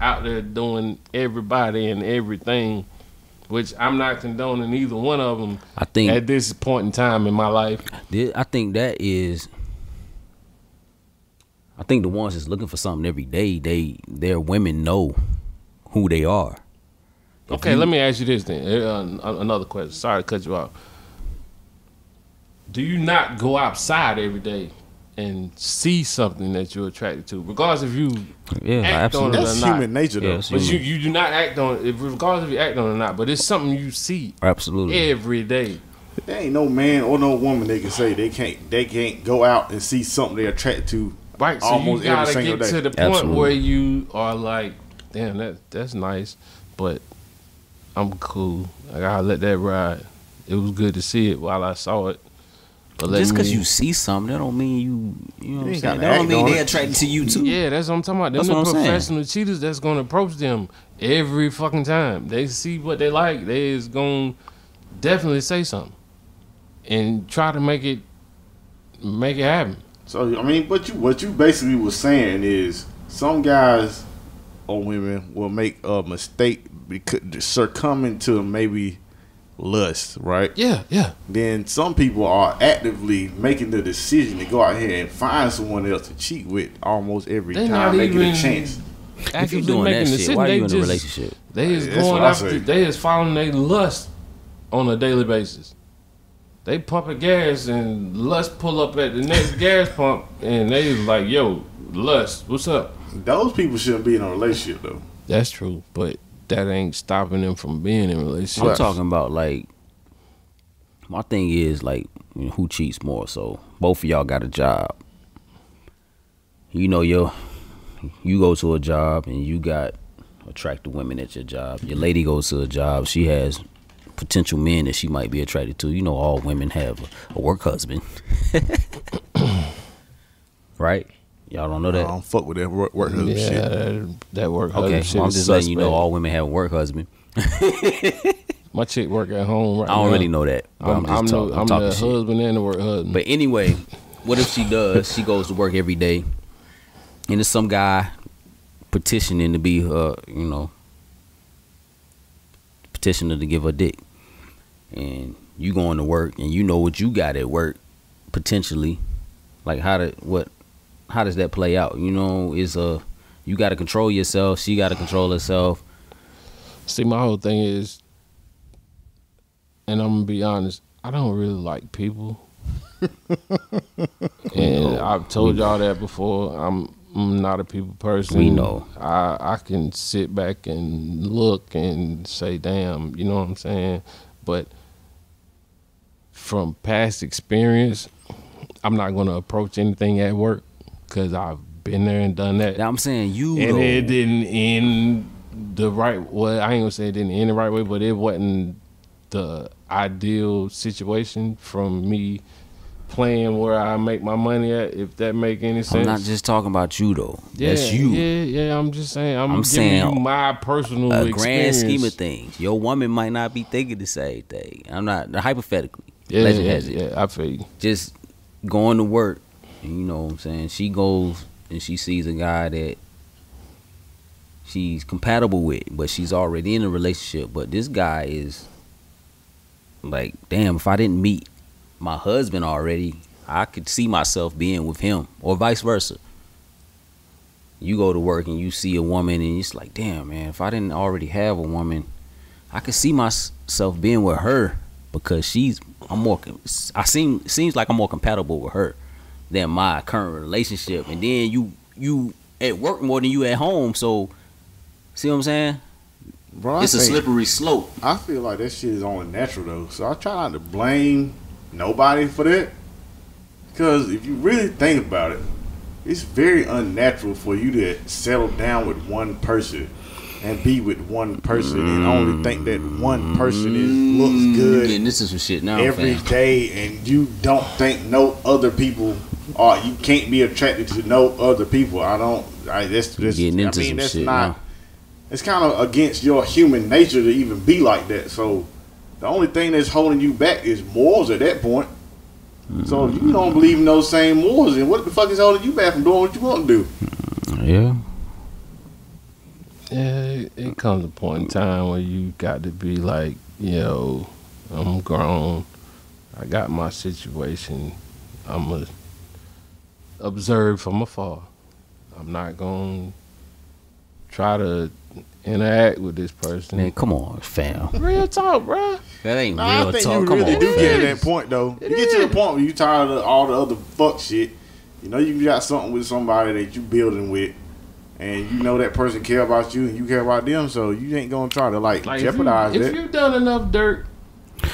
[SPEAKER 3] out there doing everybody and everything which i'm not condoning either one of them
[SPEAKER 1] I think
[SPEAKER 3] at this point in time in my life
[SPEAKER 1] thi- I think that is I think the ones that's looking for something every day, they their women know who they are.
[SPEAKER 3] okay let me ask you this then uh, an- another question sorry to cut you off do you not go outside every day and see something that you're attracted to regardless if you
[SPEAKER 1] Yeah,
[SPEAKER 3] Act on
[SPEAKER 1] absolutely.
[SPEAKER 3] it.
[SPEAKER 4] That's
[SPEAKER 3] They're not.
[SPEAKER 4] human nature, though.
[SPEAKER 1] Yes.
[SPEAKER 3] But you, you do not act on it, if- regardless if you act on it or not. But it's something you see
[SPEAKER 1] Absolutely.
[SPEAKER 3] every day.
[SPEAKER 4] There ain't no man or no woman they can say they can't they can't go out and see something they're attracted to.
[SPEAKER 3] Right, so
[SPEAKER 4] Almost
[SPEAKER 3] you
[SPEAKER 4] every
[SPEAKER 3] gotta
[SPEAKER 4] single
[SPEAKER 3] get
[SPEAKER 4] day.
[SPEAKER 3] to the point
[SPEAKER 1] Absolutely.
[SPEAKER 3] where you are like, damn, that that's nice, but I'm cool. I gotta let that ride. It was good to see it while I saw it. But let
[SPEAKER 1] Just because
[SPEAKER 3] me-
[SPEAKER 1] you see something, that don't mean you. You know what I'm
[SPEAKER 4] ain't
[SPEAKER 1] saying?
[SPEAKER 4] gotta
[SPEAKER 1] That don't
[SPEAKER 4] act
[SPEAKER 1] mean
[SPEAKER 4] on
[SPEAKER 1] they
[SPEAKER 4] it.
[SPEAKER 1] attracted to you too.
[SPEAKER 3] yeah, that's what I'm talking about. Them
[SPEAKER 1] That's what I'm
[SPEAKER 3] the
[SPEAKER 1] saying.
[SPEAKER 3] professional cheaters that's gonna approach them every fucking time. They see what they like. They is gonna definitely say something and try to make it make it happen.
[SPEAKER 4] So I mean, but you what you basically was saying is some guys or women will make a mistake because succumbing to maybe lust, right?
[SPEAKER 3] Yeah, yeah.
[SPEAKER 4] Then some people are actively making the decision to go out here and find someone else to cheat with almost every
[SPEAKER 3] They're not
[SPEAKER 4] time they get
[SPEAKER 3] even-
[SPEAKER 4] a chance.
[SPEAKER 1] If you're doing that shit, why are you in a relationship?
[SPEAKER 3] They is
[SPEAKER 4] That's what
[SPEAKER 3] going
[SPEAKER 4] I
[SPEAKER 3] after.
[SPEAKER 4] say.
[SPEAKER 3] They is following their lust on a daily basis. They pumping gas and lust pull up at the next gas pump and they is like, "Yo, lust, what's up?"
[SPEAKER 4] Those people shouldn't be in a relationship though.
[SPEAKER 3] That's true, but that ain't stopping them from being in relationships.
[SPEAKER 1] I'm talking about like my thing is like you know, who cheats more. So both of y'all got a job.
[SPEAKER 6] you know your you go to a job and you got attractive women at your job. Your lady goes to a job, she has potential men that she might be attracted to. You know all women have a, a work husband. right? Y'all don't know
[SPEAKER 4] I
[SPEAKER 6] that.
[SPEAKER 4] don't fuck with that work, work husband
[SPEAKER 3] yeah,
[SPEAKER 4] shit.
[SPEAKER 3] that, that work.
[SPEAKER 6] okay,
[SPEAKER 3] husband
[SPEAKER 6] I'm
[SPEAKER 3] shit is
[SPEAKER 6] just letting you know
[SPEAKER 3] suspect.
[SPEAKER 6] all women have a work husband.
[SPEAKER 3] My chick work at home right
[SPEAKER 6] I don't
[SPEAKER 3] now.
[SPEAKER 6] really know that. But
[SPEAKER 3] I'm,
[SPEAKER 6] I'm, just
[SPEAKER 3] I'm,
[SPEAKER 6] talk-
[SPEAKER 3] the,
[SPEAKER 6] I'm
[SPEAKER 3] I'm
[SPEAKER 6] talking
[SPEAKER 3] the
[SPEAKER 6] shit.
[SPEAKER 3] husband and the work husband.
[SPEAKER 6] But anyway, what if she does? She goes to work every day, and it's some guy petitioning to be her, you know, petitioning to give her dick. And you going to work, and you know what you got at work potentially. Like how did what? How does that play out? You know, is a you got to control yourself. She got to control herself.
[SPEAKER 3] See, my whole thing is, and I'm gonna be honest, I don't really like people. and I've told y'all that before. I'm I'm not a people person.
[SPEAKER 6] We know.
[SPEAKER 3] I I can sit back and look and say, "Damn," you know what I'm saying? But from past experience, I'm not gonna approach anything at work because I've been there and done that.
[SPEAKER 6] Now I'm saying you.
[SPEAKER 3] And it
[SPEAKER 6] though.
[SPEAKER 3] didn't end the right way. I ain't gonna say it didn't end the right way, but it wasn't the ideal situation from me playing where I make my money at. If that make any sense.
[SPEAKER 6] I'm not just talking about you though.
[SPEAKER 3] yeah,
[SPEAKER 6] That's you.
[SPEAKER 3] Yeah, yeah. I'm just saying. I'm,
[SPEAKER 6] I'm
[SPEAKER 3] giving
[SPEAKER 6] saying
[SPEAKER 3] you my personal
[SPEAKER 6] a grand
[SPEAKER 3] experience.
[SPEAKER 6] scheme of things, your woman might not be thinking the same thing. I'm not hypothetically.
[SPEAKER 3] Yeah,
[SPEAKER 6] legend
[SPEAKER 3] yeah,
[SPEAKER 6] has it.
[SPEAKER 3] yeah, I feel you.
[SPEAKER 6] Just going to work, and you know what I'm saying? She goes and she sees a guy that she's compatible with, but she's already in a relationship. But this guy is like, damn, if I didn't meet my husband already, I could see myself being with him, or vice versa. You go to work and you see a woman, and it's like, damn, man, if I didn't already have a woman, I could see myself being with her because she's I'm more com- I seem seems like I'm more compatible with her than my current relationship. And then you you at work more than you at home, so see what I'm saying?
[SPEAKER 4] Bro, I
[SPEAKER 6] it's a
[SPEAKER 4] think-
[SPEAKER 6] slippery slope.
[SPEAKER 4] I feel like that shit is only natural though, so I try not to blame nobody for that. Because if you really think about it, it's very unnatural for you to settle down with one person and be with one person and only think that one person is looks
[SPEAKER 6] You
[SPEAKER 4] good
[SPEAKER 6] getting this is some shit now.
[SPEAKER 4] every
[SPEAKER 6] fam.
[SPEAKER 4] day and you don't think no other people are you can't be attracted to no other people. I don't I that's, that's
[SPEAKER 6] Getting into
[SPEAKER 4] I mean
[SPEAKER 6] some
[SPEAKER 4] that's
[SPEAKER 6] shit
[SPEAKER 4] not
[SPEAKER 6] now.
[SPEAKER 4] it's kind of against your human nature to even be like that. So the only thing that's holding you back is morals at that point. So
[SPEAKER 6] Mm-hmm.
[SPEAKER 4] if you don't believe in those same morals and what the fuck is holding you back from doing what you want to do?
[SPEAKER 6] Yeah.
[SPEAKER 3] Yeah, it, it comes a point in time where you got to be like, yo, I'm grown. I got my situation. I'm going to observe from afar. I'm not going to try to interact with this person.
[SPEAKER 6] Man, come on, fam.
[SPEAKER 3] Real talk, bruh.
[SPEAKER 6] That ain't
[SPEAKER 4] Nah,
[SPEAKER 6] real
[SPEAKER 4] I think
[SPEAKER 6] talk.
[SPEAKER 4] you
[SPEAKER 6] come
[SPEAKER 4] really
[SPEAKER 6] on,
[SPEAKER 4] do
[SPEAKER 6] fam.
[SPEAKER 4] get to that point though. you get to the point where you tired of all the other fuck shit. You know you got something with somebody that you building with, and you know that person care about you and you care about them. So you ain't gonna try to like,
[SPEAKER 3] Like,
[SPEAKER 4] jeopardize
[SPEAKER 3] if, you,
[SPEAKER 4] it.
[SPEAKER 3] if you've done enough dirt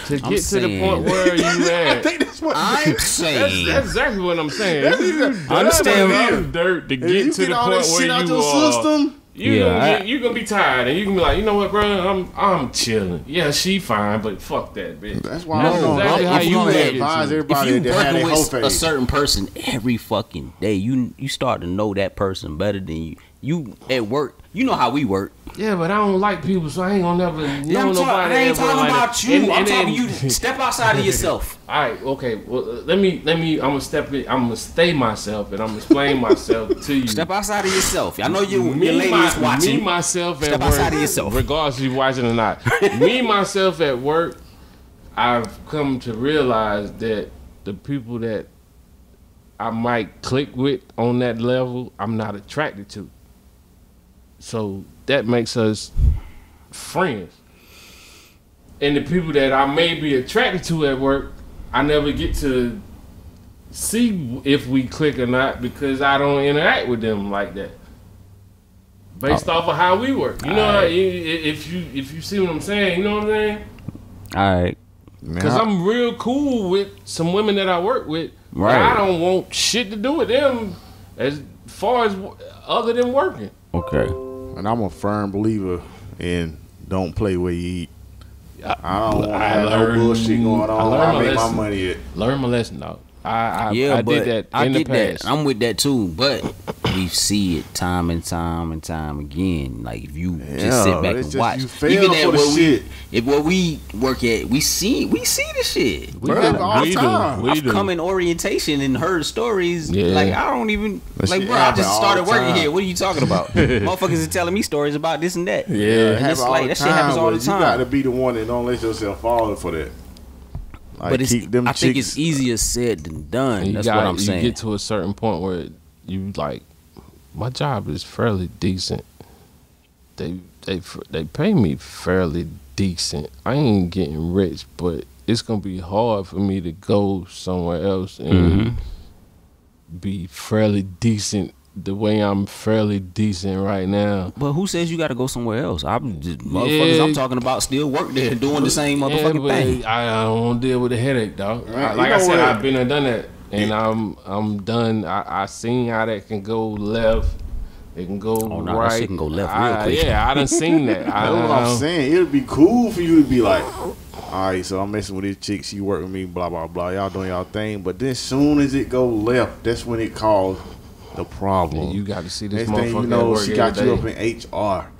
[SPEAKER 3] to
[SPEAKER 6] I'm
[SPEAKER 3] get to the
[SPEAKER 6] saying-
[SPEAKER 3] point where you
[SPEAKER 4] I
[SPEAKER 3] at.
[SPEAKER 4] think that's what
[SPEAKER 6] I'm
[SPEAKER 3] That's,
[SPEAKER 6] saying.
[SPEAKER 3] that's exactly what I'm saying.
[SPEAKER 4] That's
[SPEAKER 3] If you
[SPEAKER 4] exactly-
[SPEAKER 3] done
[SPEAKER 6] Understand-
[SPEAKER 3] enough dirt to
[SPEAKER 4] if you
[SPEAKER 3] get to
[SPEAKER 4] get
[SPEAKER 3] the
[SPEAKER 4] all
[SPEAKER 3] point
[SPEAKER 4] that
[SPEAKER 3] where
[SPEAKER 4] shit
[SPEAKER 3] you uh,
[SPEAKER 4] out your
[SPEAKER 3] are.
[SPEAKER 4] system.
[SPEAKER 3] You
[SPEAKER 6] Yeah,
[SPEAKER 3] gonna,
[SPEAKER 6] I-
[SPEAKER 3] get- you gonna be tired, and you gonna be like, you know what, bro? I'm I'm chilling. Yeah, she fine, but fuck that bitch.
[SPEAKER 4] That's why
[SPEAKER 3] That's
[SPEAKER 4] I don't
[SPEAKER 3] exactly
[SPEAKER 4] I'm
[SPEAKER 6] how you
[SPEAKER 4] gonna
[SPEAKER 6] make it.
[SPEAKER 4] advise everybody
[SPEAKER 6] if you
[SPEAKER 4] to have
[SPEAKER 6] working
[SPEAKER 4] their whole
[SPEAKER 6] with a
[SPEAKER 4] face.
[SPEAKER 6] certain person every fucking day, you you start to know that person better than you. You at work, you know how we work.
[SPEAKER 3] Yeah, but I don't like people, so I ain't gonna never know nobody.
[SPEAKER 6] I'm talk- I ain't
[SPEAKER 3] ever
[SPEAKER 6] talking
[SPEAKER 3] like
[SPEAKER 6] about
[SPEAKER 3] that.
[SPEAKER 6] you.
[SPEAKER 3] And-
[SPEAKER 6] I'm
[SPEAKER 3] and
[SPEAKER 6] talking
[SPEAKER 3] then-
[SPEAKER 6] you. Step outside of yourself.
[SPEAKER 3] All right, okay. Well, uh, let me let me. I'm gonna step it. I'm gonna stay myself, and I'm gonna explain myself to you.
[SPEAKER 6] Step outside of yourself. I know you,
[SPEAKER 3] me,
[SPEAKER 6] your lady
[SPEAKER 3] my-
[SPEAKER 6] is watching.
[SPEAKER 3] me myself at
[SPEAKER 6] Step
[SPEAKER 3] work,
[SPEAKER 6] outside of yourself.
[SPEAKER 3] regardless if you watching or not. me myself at work, I've come to realize that the people that I might click with on that level, I'm not attracted to. So that makes us friends. And the people that I may be attracted to at work, I never get to see if we click or not because I don't interact with them like that. Based
[SPEAKER 6] Oh.
[SPEAKER 3] off of how we work, you know, i- i- if you if you see what I'm saying, you know what I'm saying?
[SPEAKER 6] All right.
[SPEAKER 3] Because I'm real cool with some women that I work with, but
[SPEAKER 6] Right.
[SPEAKER 3] I don't want shit to do with them As far as w- other than working,
[SPEAKER 6] Okay.
[SPEAKER 4] And I'm a firm believer in don't play where you eat. I don't want to
[SPEAKER 3] I
[SPEAKER 4] have
[SPEAKER 3] learned-
[SPEAKER 4] no bullshit going
[SPEAKER 3] I
[SPEAKER 4] on.
[SPEAKER 3] learned
[SPEAKER 4] I,
[SPEAKER 3] my
[SPEAKER 4] make my
[SPEAKER 3] lesson.
[SPEAKER 4] money at
[SPEAKER 3] learn my lesson out. I I,
[SPEAKER 6] Yeah,
[SPEAKER 3] I
[SPEAKER 6] but
[SPEAKER 3] did that in
[SPEAKER 6] I
[SPEAKER 3] the
[SPEAKER 6] get
[SPEAKER 3] past.
[SPEAKER 6] that. I'm with that too. But we see it time and time and time again. Like if you just sit
[SPEAKER 4] Yeah,
[SPEAKER 6] back
[SPEAKER 4] it's
[SPEAKER 6] and
[SPEAKER 4] just
[SPEAKER 6] watch,
[SPEAKER 4] you fail for the
[SPEAKER 6] what
[SPEAKER 4] shit.
[SPEAKER 6] we if what we work at, we see we see the shit.
[SPEAKER 3] we
[SPEAKER 4] Bruh,
[SPEAKER 3] got-
[SPEAKER 4] all
[SPEAKER 3] we
[SPEAKER 4] time.
[SPEAKER 3] do. We
[SPEAKER 6] I've
[SPEAKER 3] do.
[SPEAKER 6] come in orientation and heard stories.
[SPEAKER 3] Yeah.
[SPEAKER 6] Like I don't even
[SPEAKER 4] That
[SPEAKER 6] like,
[SPEAKER 4] shit
[SPEAKER 6] bro. I
[SPEAKER 4] happen
[SPEAKER 6] just
[SPEAKER 4] all
[SPEAKER 6] started
[SPEAKER 4] the
[SPEAKER 6] working
[SPEAKER 4] time.
[SPEAKER 6] here. What are you talking about? Motherfuckers are telling me stories about this and that.
[SPEAKER 3] Yeah.
[SPEAKER 6] and it's like that shit happens all the
[SPEAKER 4] but You got to
[SPEAKER 6] time.
[SPEAKER 4] be the one that don't let yourself fall for that. Like,
[SPEAKER 6] But it's,
[SPEAKER 4] keep them
[SPEAKER 6] I think
[SPEAKER 4] chicks-
[SPEAKER 6] it's e- easier said than
[SPEAKER 3] And
[SPEAKER 6] done.
[SPEAKER 3] you
[SPEAKER 6] That's
[SPEAKER 3] gotta-
[SPEAKER 6] what I'm saying.
[SPEAKER 3] You get to a certain point where you like, my job is fairly decent. They they f- they pay me fairly decent. I ain't getting rich, but it's gonna be hard for me to go somewhere else and
[SPEAKER 6] Mm-hmm.
[SPEAKER 3] be fairly decent the way I'm fairly decent right now.
[SPEAKER 6] But who says you got to go somewhere else? I'm just, motherfuckers. I'm
[SPEAKER 3] Yeah.
[SPEAKER 6] talking about still work there, doing the same motherfucking
[SPEAKER 3] but
[SPEAKER 6] thing.
[SPEAKER 3] I, I don't want to deal with the headache, dog.
[SPEAKER 4] Right,
[SPEAKER 3] Like
[SPEAKER 4] you
[SPEAKER 3] I
[SPEAKER 4] know
[SPEAKER 3] said,
[SPEAKER 4] what?
[SPEAKER 3] I've been and done that, and I'm I'm done. I, I seen how that can go left. It can go
[SPEAKER 6] Oh, nah, that
[SPEAKER 3] right.
[SPEAKER 6] shit can go left real
[SPEAKER 3] I,
[SPEAKER 6] quick.
[SPEAKER 3] Yeah, I done seen that. I,
[SPEAKER 4] That's what
[SPEAKER 3] I-
[SPEAKER 6] Uh-huh.
[SPEAKER 4] I'm saying. It'd be cool for you to be like, all right, so I'm messing with this chick. She work with me, blah, blah, blah. Y'all doing y'all thing. But then soon as it go left, that's when it caused the problem.
[SPEAKER 3] And you got to see this
[SPEAKER 4] Next thing
[SPEAKER 3] motherfucker.
[SPEAKER 4] you know,
[SPEAKER 3] at work
[SPEAKER 4] she got
[SPEAKER 3] every
[SPEAKER 4] you
[SPEAKER 3] day.
[SPEAKER 4] up in HR.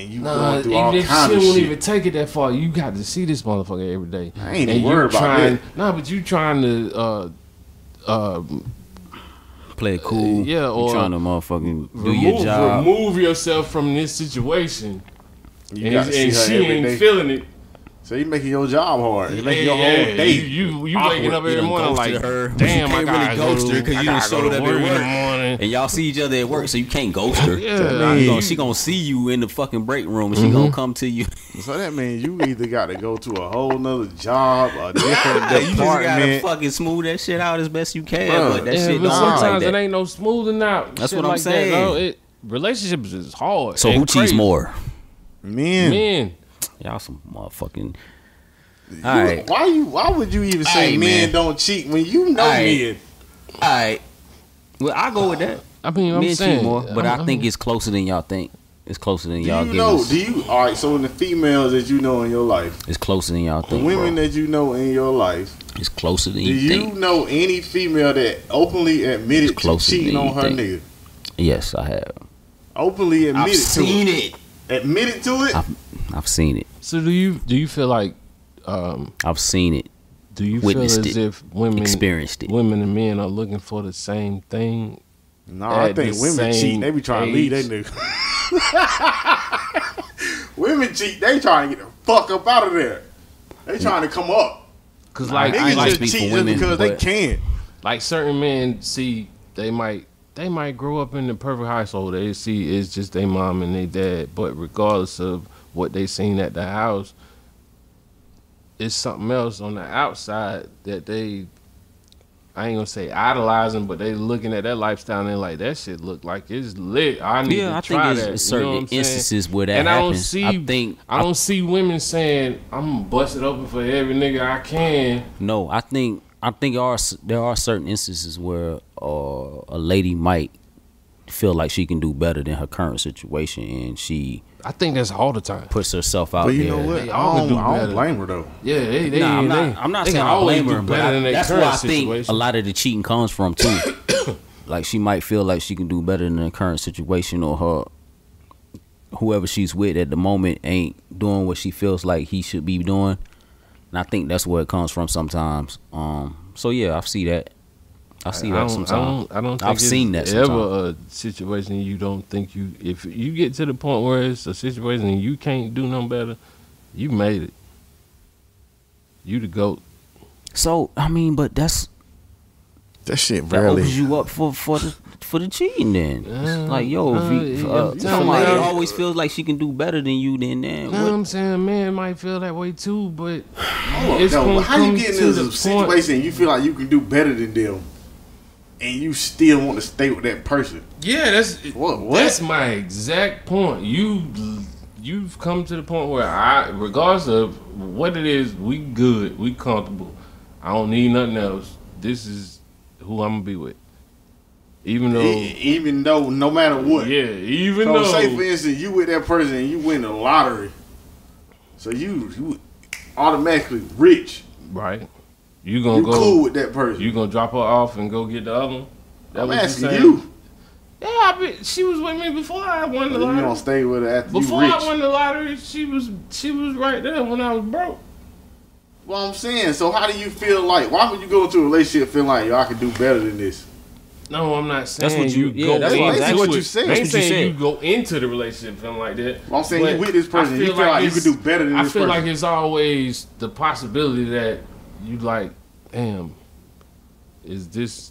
[SPEAKER 4] And you
[SPEAKER 3] Nah,
[SPEAKER 4] going
[SPEAKER 3] even
[SPEAKER 4] through all
[SPEAKER 3] if
[SPEAKER 4] kinds
[SPEAKER 3] she
[SPEAKER 4] of
[SPEAKER 3] won't
[SPEAKER 4] shit.
[SPEAKER 3] even take it that far, you got to see this motherfucker every day.
[SPEAKER 4] I ain't
[SPEAKER 3] and
[SPEAKER 4] even
[SPEAKER 3] you
[SPEAKER 4] worried about
[SPEAKER 3] trying,
[SPEAKER 4] that.
[SPEAKER 3] Nah, but you trying to uh, uh,
[SPEAKER 6] Play it cool.
[SPEAKER 3] yeah,
[SPEAKER 6] You
[SPEAKER 3] or
[SPEAKER 6] trying to motherfucking do your
[SPEAKER 3] remove,
[SPEAKER 6] job.
[SPEAKER 3] remove yourself from this situation.
[SPEAKER 4] You
[SPEAKER 3] And,
[SPEAKER 4] gotta see
[SPEAKER 3] and
[SPEAKER 4] her
[SPEAKER 3] she
[SPEAKER 4] every
[SPEAKER 3] ain't
[SPEAKER 4] day.
[SPEAKER 3] feeling it.
[SPEAKER 4] So you making your job hard. You making your
[SPEAKER 3] Yeah,
[SPEAKER 4] whole day.
[SPEAKER 3] You you, you waking
[SPEAKER 4] awkward.
[SPEAKER 3] up
[SPEAKER 6] You
[SPEAKER 3] every
[SPEAKER 6] done
[SPEAKER 3] morning
[SPEAKER 6] ghosted
[SPEAKER 3] like,
[SPEAKER 6] her, but you
[SPEAKER 3] damn, I
[SPEAKER 6] can't really
[SPEAKER 3] gotta
[SPEAKER 6] ghost
[SPEAKER 3] go,
[SPEAKER 6] her 'cause you
[SPEAKER 3] I
[SPEAKER 6] done
[SPEAKER 3] gotta
[SPEAKER 6] showed
[SPEAKER 3] go to
[SPEAKER 6] up at
[SPEAKER 3] in the
[SPEAKER 6] work.
[SPEAKER 3] morning.
[SPEAKER 6] And y'all see each other at work, so you can't ghost her.
[SPEAKER 3] Yeah,
[SPEAKER 6] So
[SPEAKER 3] I
[SPEAKER 6] you
[SPEAKER 3] mean-
[SPEAKER 6] gonna- she gonna see you in the fucking break room, and she gonna come to Mm-hmm. you.
[SPEAKER 4] So that means you either got to go to a whole nother job, a different
[SPEAKER 6] you just gotta
[SPEAKER 4] department.
[SPEAKER 6] fucking smooth that shit out as best you can.
[SPEAKER 4] Bruh.
[SPEAKER 6] but that
[SPEAKER 3] Yeah,
[SPEAKER 6] shit
[SPEAKER 3] but
[SPEAKER 6] don't work like
[SPEAKER 3] sometimes
[SPEAKER 6] that.
[SPEAKER 3] it ain't no smoothing out.
[SPEAKER 6] That's
[SPEAKER 3] shit
[SPEAKER 6] what I'm
[SPEAKER 3] like that,
[SPEAKER 6] saying.
[SPEAKER 3] though. It- relationships is hard.
[SPEAKER 6] so
[SPEAKER 3] and
[SPEAKER 6] who cheats
[SPEAKER 3] crazy.
[SPEAKER 6] more?
[SPEAKER 4] Man,
[SPEAKER 3] Men.
[SPEAKER 6] Y'all some motherfucking. All right.
[SPEAKER 4] why you? Why would you even say
[SPEAKER 6] Aight,
[SPEAKER 4] men
[SPEAKER 6] man.
[SPEAKER 4] don't cheat when you know
[SPEAKER 6] Aight.
[SPEAKER 4] men?
[SPEAKER 6] All right. Well, I go with that.
[SPEAKER 3] I mean, I'm
[SPEAKER 6] Men cheat
[SPEAKER 3] saying,
[SPEAKER 6] more, but i
[SPEAKER 3] I'm-
[SPEAKER 6] think it's closer than y'all think. It's closer than
[SPEAKER 4] Do
[SPEAKER 6] y'all
[SPEAKER 4] you
[SPEAKER 6] give
[SPEAKER 4] know?
[SPEAKER 6] us.
[SPEAKER 4] Do you? All right. So in the females that you know in your life,
[SPEAKER 6] It's closer than y'all
[SPEAKER 4] the
[SPEAKER 6] think,
[SPEAKER 4] women
[SPEAKER 6] bro.
[SPEAKER 4] that you know in your life,
[SPEAKER 6] It's closer than
[SPEAKER 4] do
[SPEAKER 6] you,
[SPEAKER 4] you
[SPEAKER 6] think.
[SPEAKER 4] know any female that openly admitted to
[SPEAKER 6] closer than
[SPEAKER 4] cheating on
[SPEAKER 6] you
[SPEAKER 4] her
[SPEAKER 6] think.
[SPEAKER 4] nigga?
[SPEAKER 6] Yes, I have.
[SPEAKER 4] Openly
[SPEAKER 6] I've
[SPEAKER 4] admitted to
[SPEAKER 6] seen
[SPEAKER 4] it.
[SPEAKER 6] it.
[SPEAKER 4] Admitted to it.
[SPEAKER 6] I- I've seen it.
[SPEAKER 3] So do you do you feel like um,
[SPEAKER 6] I've seen it.
[SPEAKER 3] do you
[SPEAKER 6] Witnessed
[SPEAKER 3] feel as
[SPEAKER 6] it.
[SPEAKER 3] if women
[SPEAKER 6] Experienced it.
[SPEAKER 3] women and men are looking for the same thing?
[SPEAKER 4] No, I
[SPEAKER 3] at
[SPEAKER 4] think
[SPEAKER 3] the
[SPEAKER 4] women cheat.
[SPEAKER 3] same
[SPEAKER 4] They be trying to leave that
[SPEAKER 3] age.
[SPEAKER 4] nigga. women cheat. They trying to get the fuck up out of there. They trying to come up.
[SPEAKER 3] Because
[SPEAKER 6] Nah,
[SPEAKER 3] like
[SPEAKER 6] I
[SPEAKER 4] Niggas
[SPEAKER 6] like
[SPEAKER 4] just
[SPEAKER 6] speak for
[SPEAKER 4] cheat
[SPEAKER 6] women,
[SPEAKER 4] just because they
[SPEAKER 6] but-
[SPEAKER 4] can.
[SPEAKER 3] like certain men see they might they might grow up in the perfect household they see it's just their mom and their dad but regardless of what they seen at the house it's something else on the outside that they I ain't gonna say idolizing, but they looking at that lifestyle and they like that shit look like it's lit. I need
[SPEAKER 6] Yeah,
[SPEAKER 3] to
[SPEAKER 6] I think
[SPEAKER 3] try
[SPEAKER 6] there's
[SPEAKER 3] that. you
[SPEAKER 6] certain
[SPEAKER 3] know what I'm saying?
[SPEAKER 6] instances where that
[SPEAKER 3] and I don't
[SPEAKER 6] happens.
[SPEAKER 3] see.
[SPEAKER 6] I think-
[SPEAKER 3] I don't see women saying I'm gonna bust it open for every nigga I can.
[SPEAKER 6] No, I think I think are s- there are certain instances where uh, a lady might feel like she can do better than her current situation, and she
[SPEAKER 3] I think that's all the time.
[SPEAKER 6] puts herself out
[SPEAKER 4] But you
[SPEAKER 6] there.
[SPEAKER 4] know what? I
[SPEAKER 3] They all
[SPEAKER 4] don't,
[SPEAKER 3] do
[SPEAKER 4] I don't
[SPEAKER 3] better.
[SPEAKER 4] blame her though.
[SPEAKER 3] Yeah, they, they,
[SPEAKER 6] Nah, I'm
[SPEAKER 3] they,
[SPEAKER 6] not. I'm not
[SPEAKER 3] they
[SPEAKER 6] saying
[SPEAKER 3] can
[SPEAKER 6] I
[SPEAKER 3] always
[SPEAKER 6] blame
[SPEAKER 3] do
[SPEAKER 6] her, but
[SPEAKER 3] better
[SPEAKER 6] I-
[SPEAKER 3] than their
[SPEAKER 6] that's where
[SPEAKER 3] current
[SPEAKER 6] I think
[SPEAKER 3] situation.
[SPEAKER 6] a lot of the cheating comes from too. like she might feel like she can do better than the current situation, or her whoever she's with at the moment ain't doing what she feels like he should be doing. And I think that's where it comes from sometimes. Um. So yeah, I see that. I see that
[SPEAKER 3] don't-
[SPEAKER 6] sometimes.
[SPEAKER 3] I don't, I don't think
[SPEAKER 6] I've
[SPEAKER 3] it's
[SPEAKER 6] seen that
[SPEAKER 3] ever
[SPEAKER 6] sometimes.
[SPEAKER 3] a situation you don't think you. If you get to the point where it's a situation and you can't do no better, you made it. You the goat.
[SPEAKER 6] So I mean, but that's
[SPEAKER 4] That shit
[SPEAKER 6] that opens you up for for the for the cheating. Then It's like yo, if you, if,
[SPEAKER 3] uh,
[SPEAKER 6] uh,
[SPEAKER 3] yeah,
[SPEAKER 6] if
[SPEAKER 3] yeah.
[SPEAKER 6] somebody
[SPEAKER 3] Yeah.
[SPEAKER 6] always feels like she can do better than you, then then
[SPEAKER 3] You know what
[SPEAKER 6] what?
[SPEAKER 3] I'm saying? Man might feel that way too, but
[SPEAKER 4] Hold up,
[SPEAKER 3] it's
[SPEAKER 4] though.
[SPEAKER 3] gonna
[SPEAKER 4] How you
[SPEAKER 3] come
[SPEAKER 4] get
[SPEAKER 3] to
[SPEAKER 4] in
[SPEAKER 3] the
[SPEAKER 4] this situation you feel like you can do better than them, and you still want to stay with that person?
[SPEAKER 3] Yeah, that's
[SPEAKER 4] What- what?
[SPEAKER 3] That's my exact point. You you've come to the point where I, regardless of what it is, we good, we comfortable. I don't need nothing else. This is who I'm gonna be with. Even though,
[SPEAKER 4] E- even though no matter what.
[SPEAKER 3] yeah, even
[SPEAKER 4] So
[SPEAKER 3] though,
[SPEAKER 4] say for instance, you with that person and you win the lottery, so you you automatically rich.
[SPEAKER 3] right? You gonna
[SPEAKER 4] You
[SPEAKER 3] go?
[SPEAKER 4] cool with that person.
[SPEAKER 3] You gonna drop her off and go get the other one? That
[SPEAKER 4] I'm
[SPEAKER 3] what
[SPEAKER 4] asking
[SPEAKER 3] saying?
[SPEAKER 4] you.
[SPEAKER 3] Yeah, I be, she was with me before I won the
[SPEAKER 4] You
[SPEAKER 3] lottery.
[SPEAKER 4] don't stay with her after
[SPEAKER 3] Before
[SPEAKER 4] you
[SPEAKER 3] I
[SPEAKER 4] rich.
[SPEAKER 3] won the lottery, she was she was right there when I was broke.
[SPEAKER 4] Well, I'm saying. So how do you feel like? Why would you go into a relationship feeling like yo, I can do better than this?
[SPEAKER 3] No, I'm not saying
[SPEAKER 6] That's what you- yeah,
[SPEAKER 3] go
[SPEAKER 6] that's
[SPEAKER 3] into
[SPEAKER 6] what-
[SPEAKER 4] that's what
[SPEAKER 3] it.
[SPEAKER 4] you said.
[SPEAKER 3] I
[SPEAKER 4] That's
[SPEAKER 3] ain't
[SPEAKER 6] what you
[SPEAKER 3] saying you,
[SPEAKER 6] said.
[SPEAKER 3] go into the relationship feeling like that.
[SPEAKER 4] Well, I'm saying
[SPEAKER 3] But
[SPEAKER 4] you with this person,
[SPEAKER 3] I
[SPEAKER 4] you feel like you
[SPEAKER 3] it's-
[SPEAKER 4] could do better than
[SPEAKER 3] I
[SPEAKER 4] this
[SPEAKER 3] feel
[SPEAKER 4] person.
[SPEAKER 3] like it's always the possibility that you like, damn, is this?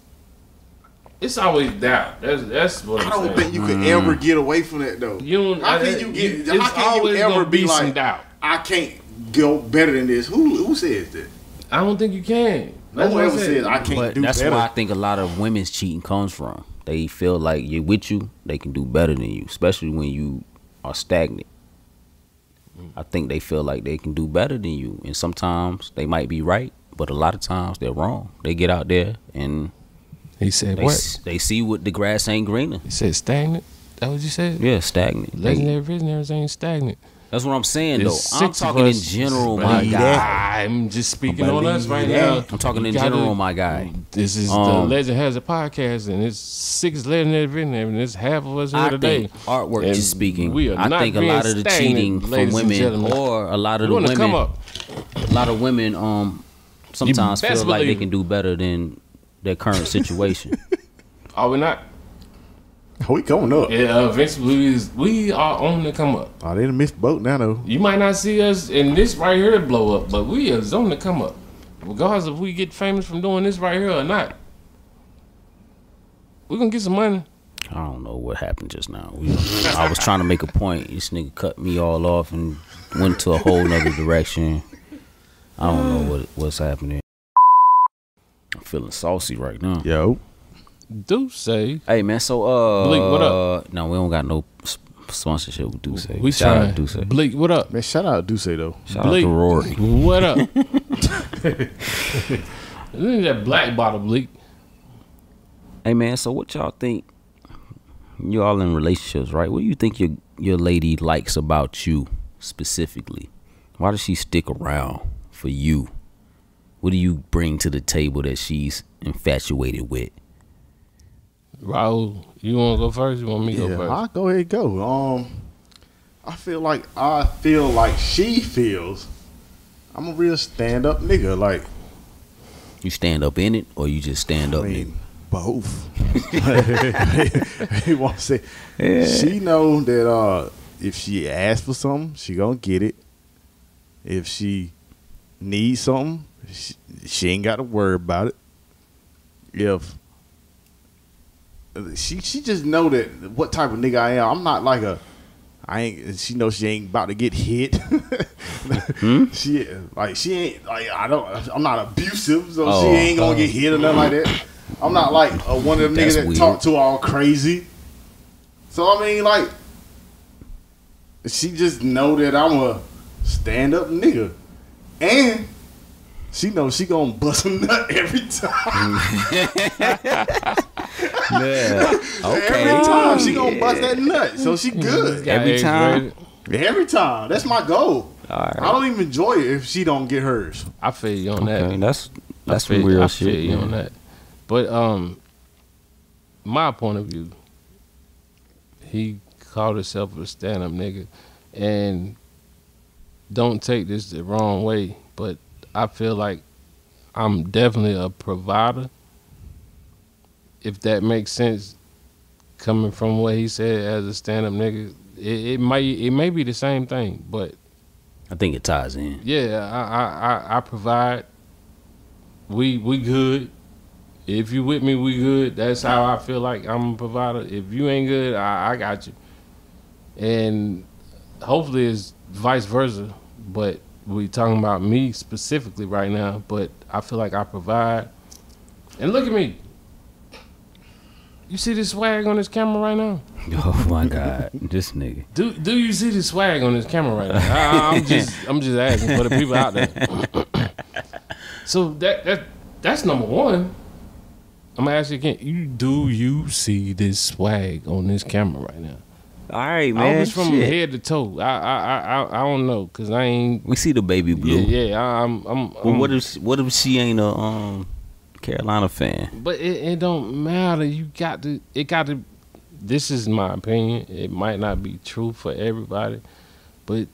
[SPEAKER 3] It's always doubt. That's that's what
[SPEAKER 4] I
[SPEAKER 3] I'm
[SPEAKER 4] don't
[SPEAKER 3] saying.
[SPEAKER 4] think you could ever get away from that though.
[SPEAKER 3] mm. You don't-
[SPEAKER 4] how
[SPEAKER 3] I-
[SPEAKER 4] can you
[SPEAKER 3] you-
[SPEAKER 4] get?
[SPEAKER 3] it's
[SPEAKER 4] how can you
[SPEAKER 3] always
[SPEAKER 4] ever
[SPEAKER 3] gonna
[SPEAKER 4] be,
[SPEAKER 3] be some
[SPEAKER 4] like?
[SPEAKER 3] doubt.
[SPEAKER 4] I can't go better than this. Who who says that?
[SPEAKER 3] I don't think you can.
[SPEAKER 4] No
[SPEAKER 3] That's
[SPEAKER 4] one
[SPEAKER 3] what
[SPEAKER 4] ever
[SPEAKER 3] I said.
[SPEAKER 4] says I can't
[SPEAKER 6] But
[SPEAKER 4] do
[SPEAKER 6] that's
[SPEAKER 4] better.
[SPEAKER 6] why I think a lot of women's cheating comes from. They feel like you're with you, they can do better than you, especially when you are stagnant. I think they feel like they can do better than you, and sometimes they might be right, but a lot of times they're wrong. They get out there and
[SPEAKER 3] He said
[SPEAKER 6] they, s- they see what the grass ain't greener.
[SPEAKER 3] He said stagnant. That what you said?
[SPEAKER 6] Yeah, stagnant. They-
[SPEAKER 3] Legendary visionaries ain't stagnant.
[SPEAKER 6] that's what I'm saying though.
[SPEAKER 3] It's
[SPEAKER 6] I'm
[SPEAKER 3] six of
[SPEAKER 6] talking in
[SPEAKER 3] us.
[SPEAKER 6] general, my
[SPEAKER 3] Believe
[SPEAKER 6] guy.
[SPEAKER 3] that. I'm just speaking on us right
[SPEAKER 4] Believe
[SPEAKER 3] now.
[SPEAKER 4] that.
[SPEAKER 6] I'm talking
[SPEAKER 3] You
[SPEAKER 6] in
[SPEAKER 3] gotta-
[SPEAKER 6] general, my guy.
[SPEAKER 3] This is
[SPEAKER 6] Um,
[SPEAKER 3] the Legend Has a podcast, and it's six legendary visionaries, and it's half of us here
[SPEAKER 6] I
[SPEAKER 3] today.
[SPEAKER 6] think artwork
[SPEAKER 3] And
[SPEAKER 6] just speaking.
[SPEAKER 3] we are
[SPEAKER 6] I
[SPEAKER 3] not
[SPEAKER 6] think a
[SPEAKER 3] being
[SPEAKER 6] lot of the
[SPEAKER 3] stagnant,
[SPEAKER 6] cheating from
[SPEAKER 3] ladies and
[SPEAKER 6] women,
[SPEAKER 3] gentlemen.
[SPEAKER 6] or a lot of
[SPEAKER 3] you
[SPEAKER 6] the
[SPEAKER 3] want
[SPEAKER 6] women,
[SPEAKER 3] to come up?
[SPEAKER 6] a lot of women, um, sometimes
[SPEAKER 3] best
[SPEAKER 6] feel like they
[SPEAKER 3] believe it.
[SPEAKER 6] can do better than their current situation.
[SPEAKER 3] Are we not?
[SPEAKER 4] we coming up.
[SPEAKER 3] Yeah, eventually we is- we are on the come up.
[SPEAKER 4] I didn't miss boat now though.
[SPEAKER 3] You might not see us in this right here blow up, but we is on the come up. Regardless if we get famous from doing this right here or not, we're gonna get some money.
[SPEAKER 6] I don't know what happened just now. We- I was trying to make a point. This nigga cut me all off and went to a whole nother direction. I don't know what what's happening. I'm feeling saucy right now.
[SPEAKER 4] Yo,
[SPEAKER 3] Do say
[SPEAKER 6] Hey man, so uh,
[SPEAKER 3] Bleak, what up?
[SPEAKER 6] No, we don't got no s- sponsorship with Duce.
[SPEAKER 3] we
[SPEAKER 6] Shout out
[SPEAKER 3] trying
[SPEAKER 6] to Duce.
[SPEAKER 3] Bleak, what up?
[SPEAKER 4] man, shout out Duce though.
[SPEAKER 6] Shout
[SPEAKER 3] Bleak.
[SPEAKER 6] out to Rory.
[SPEAKER 3] What up? Look at that black bottle bleak.
[SPEAKER 6] Hey man, so what y'all think? You all in relationships, right? What do you think your your lady likes about you specifically? Why does she stick around for you? What do you bring to the table that she's infatuated with?
[SPEAKER 3] Raul, you wanna go first? You want me to
[SPEAKER 4] Yeah,
[SPEAKER 3] go first?
[SPEAKER 4] I go ahead and go. Um, I feel like I feel like she feels. I'm a real stand up nigga. Like
[SPEAKER 6] You stand up in it, or you just stand up?
[SPEAKER 4] I
[SPEAKER 6] in it?
[SPEAKER 4] mean, both. he won't say. She know that uh, if she asks for something, she gonna get it. If she needs something, she, she ain't got to worry about it. If she she just know that what type of nigga I am. I'm not like a. I ain't. She know she ain't about to get hit.
[SPEAKER 6] Hmm?
[SPEAKER 4] She like she ain't like I don't. I'm not abusive, so
[SPEAKER 6] Oh,
[SPEAKER 4] she ain't gonna get hit or nothing like that. I'm not like uh, one of them niggas
[SPEAKER 6] That's
[SPEAKER 4] that
[SPEAKER 6] weird.
[SPEAKER 4] talk to all crazy. So I mean, like, she just know that I'm a stand up nigga, and she know she gonna bust a nut every time.
[SPEAKER 6] Yeah.
[SPEAKER 4] Every time she gonna bust that nut, so
[SPEAKER 7] Mm-hmm.
[SPEAKER 4] she good.
[SPEAKER 3] Got
[SPEAKER 6] Every
[SPEAKER 3] A
[SPEAKER 6] time.
[SPEAKER 3] grade.
[SPEAKER 4] Every time, that's my goal. I don't even enjoy it if she don't get hers.
[SPEAKER 3] I feel you on that.
[SPEAKER 6] Okay, that's that's
[SPEAKER 3] I feel,
[SPEAKER 6] some real
[SPEAKER 3] I feel
[SPEAKER 6] shit.
[SPEAKER 3] you
[SPEAKER 6] man.
[SPEAKER 3] on that. But um, my point of view, he called himself a stand-up nigga, and don't take this the wrong way, but I feel like I'm definitely a provider. If that makes sense, coming from what he said as a stand-up nigga, it, it might it may be the same thing, but
[SPEAKER 6] I think it ties in.
[SPEAKER 3] yeah, I, I, I, I provide. We we good. If you with me, we good. That's how I feel like I'm a provider. If you ain't good, I, I got you. And hopefully it's vice versa. But we talking about me specifically right now. But I feel like I provide. And look at me. You see this swag on this camera right now?
[SPEAKER 6] Oh my god, this nigga.
[SPEAKER 3] Do do you see the swag on this camera right now? I, I'm just I'm just asking for the people out there. so that that that's number one. I'm gonna ask you again. You do you see this swag on this camera right now?
[SPEAKER 6] All right,
[SPEAKER 3] I hope
[SPEAKER 6] man.
[SPEAKER 3] it's from
[SPEAKER 6] Shit.
[SPEAKER 3] head to toe. I I I I, I don't know because I ain't.
[SPEAKER 6] We see the baby blue.
[SPEAKER 3] Yeah, yeah. I, I'm I'm.
[SPEAKER 6] Well,
[SPEAKER 3] I'm-
[SPEAKER 6] what if what if she ain't a um Carolina fan?
[SPEAKER 3] But it, it don't matter. You got to. It got to. This is my opinion. It might not be true for everybody, but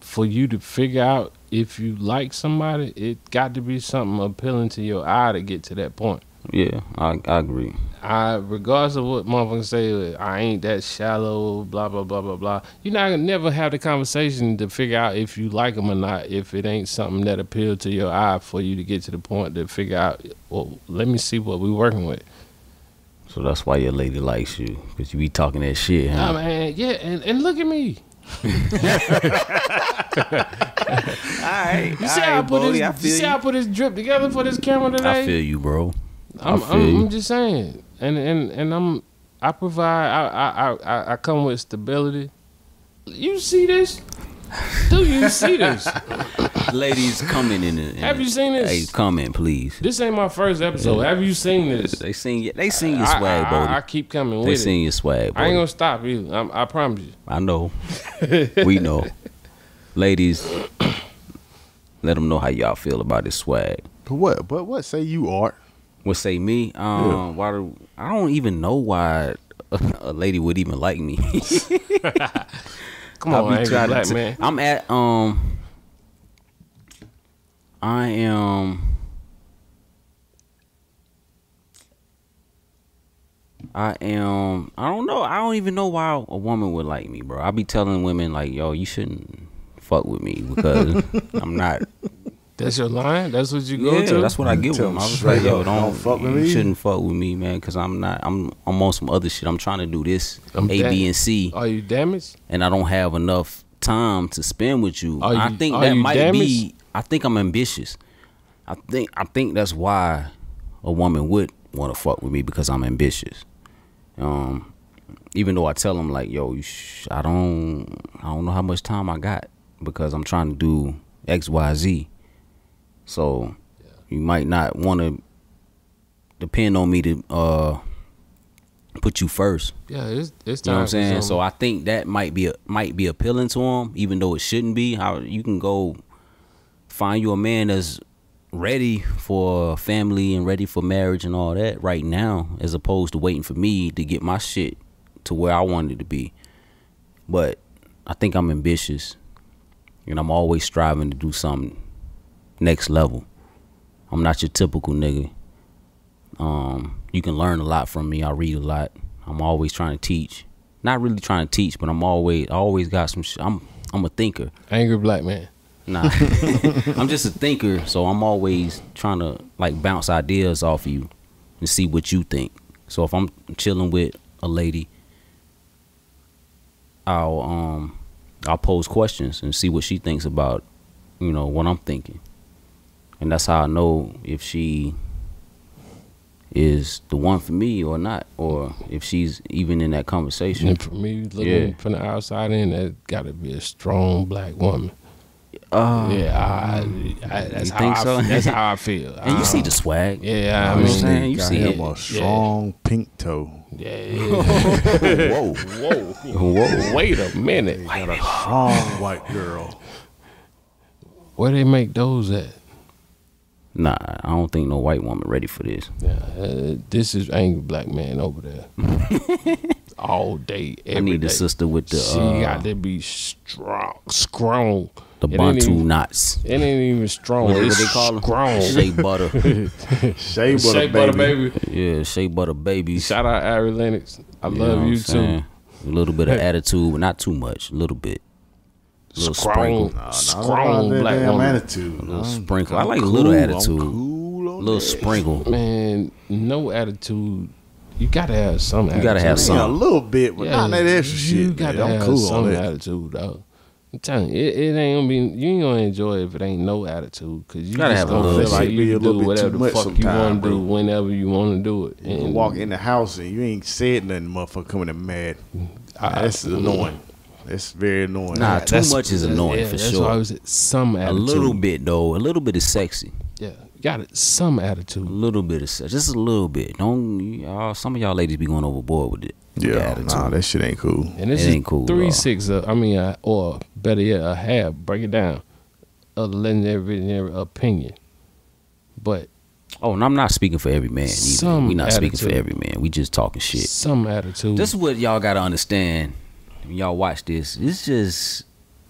[SPEAKER 3] for you to figure out if you like somebody, it got to be something appealing to your eye to get to that point.
[SPEAKER 6] Yeah, I, I agree.
[SPEAKER 3] I, regardless of what motherfuckers say, I ain't that shallow. Blah blah blah blah blah. You're not gonna never have the conversation to figure out if you like them or not. If it ain't something that appealed to your eye for you to get to the point to figure out, well, let me see what we working with.
[SPEAKER 6] So that's why your lady likes you because you be talking that shit.
[SPEAKER 3] Nah,
[SPEAKER 6] Huh?
[SPEAKER 3] man, yeah, and, and look at me.
[SPEAKER 6] all right,
[SPEAKER 3] You see, how I put this, you see how I put this drip together for this camera today.
[SPEAKER 6] I feel you, bro.
[SPEAKER 3] I'm,
[SPEAKER 6] I feel
[SPEAKER 3] I'm,
[SPEAKER 6] you.
[SPEAKER 3] I'm just saying, and and and I'm I provide I I I, I come with stability. You see this? Do you see this?
[SPEAKER 6] Ladies, comment in it.
[SPEAKER 3] Have you seen this?
[SPEAKER 6] Hey, comment, please.
[SPEAKER 3] this ain't my first episode. Have you seen this?
[SPEAKER 6] They seen your, they seen your
[SPEAKER 3] I,
[SPEAKER 6] swag,
[SPEAKER 3] I-
[SPEAKER 6] bro.
[SPEAKER 3] I, I keep coming
[SPEAKER 6] they
[SPEAKER 3] with it.
[SPEAKER 6] seen your swag, bro.
[SPEAKER 3] I ain't gonna stop either. I'm, I promise you.
[SPEAKER 6] I know. we know. Ladies, let them know how y'all feel about this swag.
[SPEAKER 7] But what? But what? Say you are.
[SPEAKER 6] Would say me. Um, why do, I don't even know why a lady would even like me.
[SPEAKER 3] Come on,
[SPEAKER 6] I be
[SPEAKER 3] angry
[SPEAKER 6] trying
[SPEAKER 3] black
[SPEAKER 6] to.
[SPEAKER 3] man.
[SPEAKER 6] I'm at um. I am. I am. I don't know. I don't even know why a woman would like me, bro. I be telling women like, "Yo, you shouldn't fuck with me because I'm not."
[SPEAKER 3] That's your line. That's what you go
[SPEAKER 6] Yeah,
[SPEAKER 3] to.
[SPEAKER 6] that's what I get with
[SPEAKER 4] Tell
[SPEAKER 6] them. I
[SPEAKER 4] them
[SPEAKER 6] was like,
[SPEAKER 4] straight
[SPEAKER 6] "Yo,
[SPEAKER 4] up,
[SPEAKER 6] don't,
[SPEAKER 4] don't
[SPEAKER 6] fuck
[SPEAKER 4] fuck
[SPEAKER 6] with
[SPEAKER 4] with
[SPEAKER 6] me.
[SPEAKER 4] me."
[SPEAKER 6] You shouldn't fuck with me, man, because I'm not. I'm. I'm on some other shit. I'm trying to do this A,
[SPEAKER 3] I'm
[SPEAKER 6] B,
[SPEAKER 3] dead.
[SPEAKER 6] and C
[SPEAKER 3] Are you damaged?
[SPEAKER 6] and I don't have enough time to spend with you.
[SPEAKER 3] Are
[SPEAKER 6] I
[SPEAKER 3] you-
[SPEAKER 6] think
[SPEAKER 3] are
[SPEAKER 6] that
[SPEAKER 3] you
[SPEAKER 6] might be. I think I'm ambitious. I think I think that's why a woman would want to fuck with me because I'm ambitious. Um, even though I tell them like, yo, you sh- I don't, I don't know how much time I got because I'm trying to do X, Y, Z. So you might not want to depend on me to uh put you first.
[SPEAKER 3] Yeah, it's it's time.
[SPEAKER 6] You know what I'm saying?
[SPEAKER 3] consuming.
[SPEAKER 6] So I think that might be might be appealing to him, even though it shouldn't be. How you can go find you a man that's ready for family and ready for marriage and all that right now, as opposed to waiting for me to get my shit to where I wanted it to be. But I think I'm ambitious, and I'm always striving to do something next level. I'm not your typical nigga. Um, you can learn a lot from me. I read a lot. I'm always trying to teach. Not really trying to teach, but I'm always I always got some. Sh- I'm I'm a thinker.
[SPEAKER 3] angry black man.
[SPEAKER 6] Nah, I'm just a thinker, so I'm always trying to like bounce ideas off you and see what you think. So if I'm chilling with a lady, I'll um I'll pose questions and see what she thinks about you know what I'm thinking, and that's how I know if she is the one for me or not, or if she's even in that conversation.
[SPEAKER 3] And for me, looking
[SPEAKER 6] Yeah.
[SPEAKER 3] from the outside in, that got to be a strong black woman.
[SPEAKER 6] Uh,
[SPEAKER 3] yeah, I, I, that's
[SPEAKER 6] You
[SPEAKER 3] how
[SPEAKER 6] think
[SPEAKER 3] I,
[SPEAKER 6] so?
[SPEAKER 3] that's how I feel.
[SPEAKER 6] And
[SPEAKER 3] I
[SPEAKER 6] you see
[SPEAKER 3] don't-
[SPEAKER 6] the swag.
[SPEAKER 3] yeah, I
[SPEAKER 6] I'm
[SPEAKER 3] mean,
[SPEAKER 6] just saying, you
[SPEAKER 7] I
[SPEAKER 6] see
[SPEAKER 7] have
[SPEAKER 6] it.
[SPEAKER 7] a strong pink toe.
[SPEAKER 3] yeah,
[SPEAKER 6] Whoa,
[SPEAKER 3] whoa,
[SPEAKER 6] whoa.
[SPEAKER 3] wait a minute,
[SPEAKER 7] Got a strong white girl.
[SPEAKER 3] where they make those at?
[SPEAKER 6] Nah, I don't think no white woman ready for this.
[SPEAKER 3] Yeah, uh, this is angry black man over there, all day, every day.
[SPEAKER 6] I need the sister with the
[SPEAKER 3] She
[SPEAKER 6] uh,
[SPEAKER 3] got to be strong, strong.
[SPEAKER 6] the
[SPEAKER 3] It ain't
[SPEAKER 6] bantu
[SPEAKER 3] even-
[SPEAKER 6] knots.
[SPEAKER 3] It ain't even strong.
[SPEAKER 6] What do
[SPEAKER 3] it's
[SPEAKER 6] they call them?
[SPEAKER 3] strong.
[SPEAKER 6] Shea butter.
[SPEAKER 7] Shea butter,
[SPEAKER 3] Shea
[SPEAKER 7] baby.
[SPEAKER 3] butter, baby.
[SPEAKER 6] yeah, shea butter baby.
[SPEAKER 3] Shout out Ari Lennox. I
[SPEAKER 6] know
[SPEAKER 3] love
[SPEAKER 6] what I'm
[SPEAKER 3] you too.
[SPEAKER 6] saying? A little bit of attitude, but not too much. A little bit. A little
[SPEAKER 3] Strong,
[SPEAKER 6] sprinkle.
[SPEAKER 7] I don't know about
[SPEAKER 3] strong
[SPEAKER 7] that
[SPEAKER 3] black
[SPEAKER 7] damn
[SPEAKER 3] woman.
[SPEAKER 7] attitude.
[SPEAKER 6] A little
[SPEAKER 7] I'm-
[SPEAKER 6] sprinkle. I
[SPEAKER 7] I'm
[SPEAKER 6] like a
[SPEAKER 7] cool,
[SPEAKER 6] little
[SPEAKER 7] I'm
[SPEAKER 6] attitude.
[SPEAKER 7] cool on
[SPEAKER 6] A little
[SPEAKER 7] that.
[SPEAKER 6] sprinkle.
[SPEAKER 3] Man, no attitude. You gotta have some.
[SPEAKER 6] You gotta have
[SPEAKER 7] Yeah, a
[SPEAKER 6] some.
[SPEAKER 7] little bit, but not that extra
[SPEAKER 3] you
[SPEAKER 7] shit.
[SPEAKER 3] gotta
[SPEAKER 7] man. I'm
[SPEAKER 3] have
[SPEAKER 7] cool
[SPEAKER 3] some
[SPEAKER 7] on that.
[SPEAKER 3] attitude, dog. I'm telling you, it, it ain't gonna be. You ain't gonna enjoy it if it ain't no attitude, cause you
[SPEAKER 6] Gotta
[SPEAKER 3] just
[SPEAKER 6] have a
[SPEAKER 3] gonna
[SPEAKER 6] little
[SPEAKER 3] feel like
[SPEAKER 7] bit. Be
[SPEAKER 3] you
[SPEAKER 7] a
[SPEAKER 3] do
[SPEAKER 7] little bit
[SPEAKER 3] whatever
[SPEAKER 7] too
[SPEAKER 3] the
[SPEAKER 7] much
[SPEAKER 3] fuck you wanna
[SPEAKER 7] sometime,
[SPEAKER 3] do
[SPEAKER 7] bro.
[SPEAKER 3] whenever you wanna do it.
[SPEAKER 7] You can walk in the house and you ain't said nothing, motherfucker coming in mad.
[SPEAKER 3] I-
[SPEAKER 7] That's annoying. That's very annoying.
[SPEAKER 6] Nah,
[SPEAKER 7] That-
[SPEAKER 6] too much is annoying
[SPEAKER 3] yeah,
[SPEAKER 6] for
[SPEAKER 3] that's
[SPEAKER 6] sure.
[SPEAKER 3] why I was some
[SPEAKER 6] A
[SPEAKER 3] attitude.
[SPEAKER 6] little bit though. A little bit is sexy.
[SPEAKER 3] Yeah, got some attitude.
[SPEAKER 6] A little bit of sex, just a little bit. Don't y'all? Some of y'all ladies be going overboard with it. with the
[SPEAKER 7] Yeah,
[SPEAKER 6] attitude.
[SPEAKER 7] nah, that shit ain't cool.
[SPEAKER 3] And this
[SPEAKER 6] It
[SPEAKER 3] is
[SPEAKER 6] ain't cool at
[SPEAKER 3] three
[SPEAKER 6] all.
[SPEAKER 3] six. Uh, I mean, uh, or better yet, a half. Break it down. A legendary opinion, but
[SPEAKER 6] Oh, and I'm not speaking for every man. Either.
[SPEAKER 3] Some
[SPEAKER 6] we not speaking for
[SPEAKER 3] attitude.
[SPEAKER 6] every man. We just talking shit.
[SPEAKER 3] some attitude.
[SPEAKER 6] This is what y'all gotta understand. When y'all watch this, it's just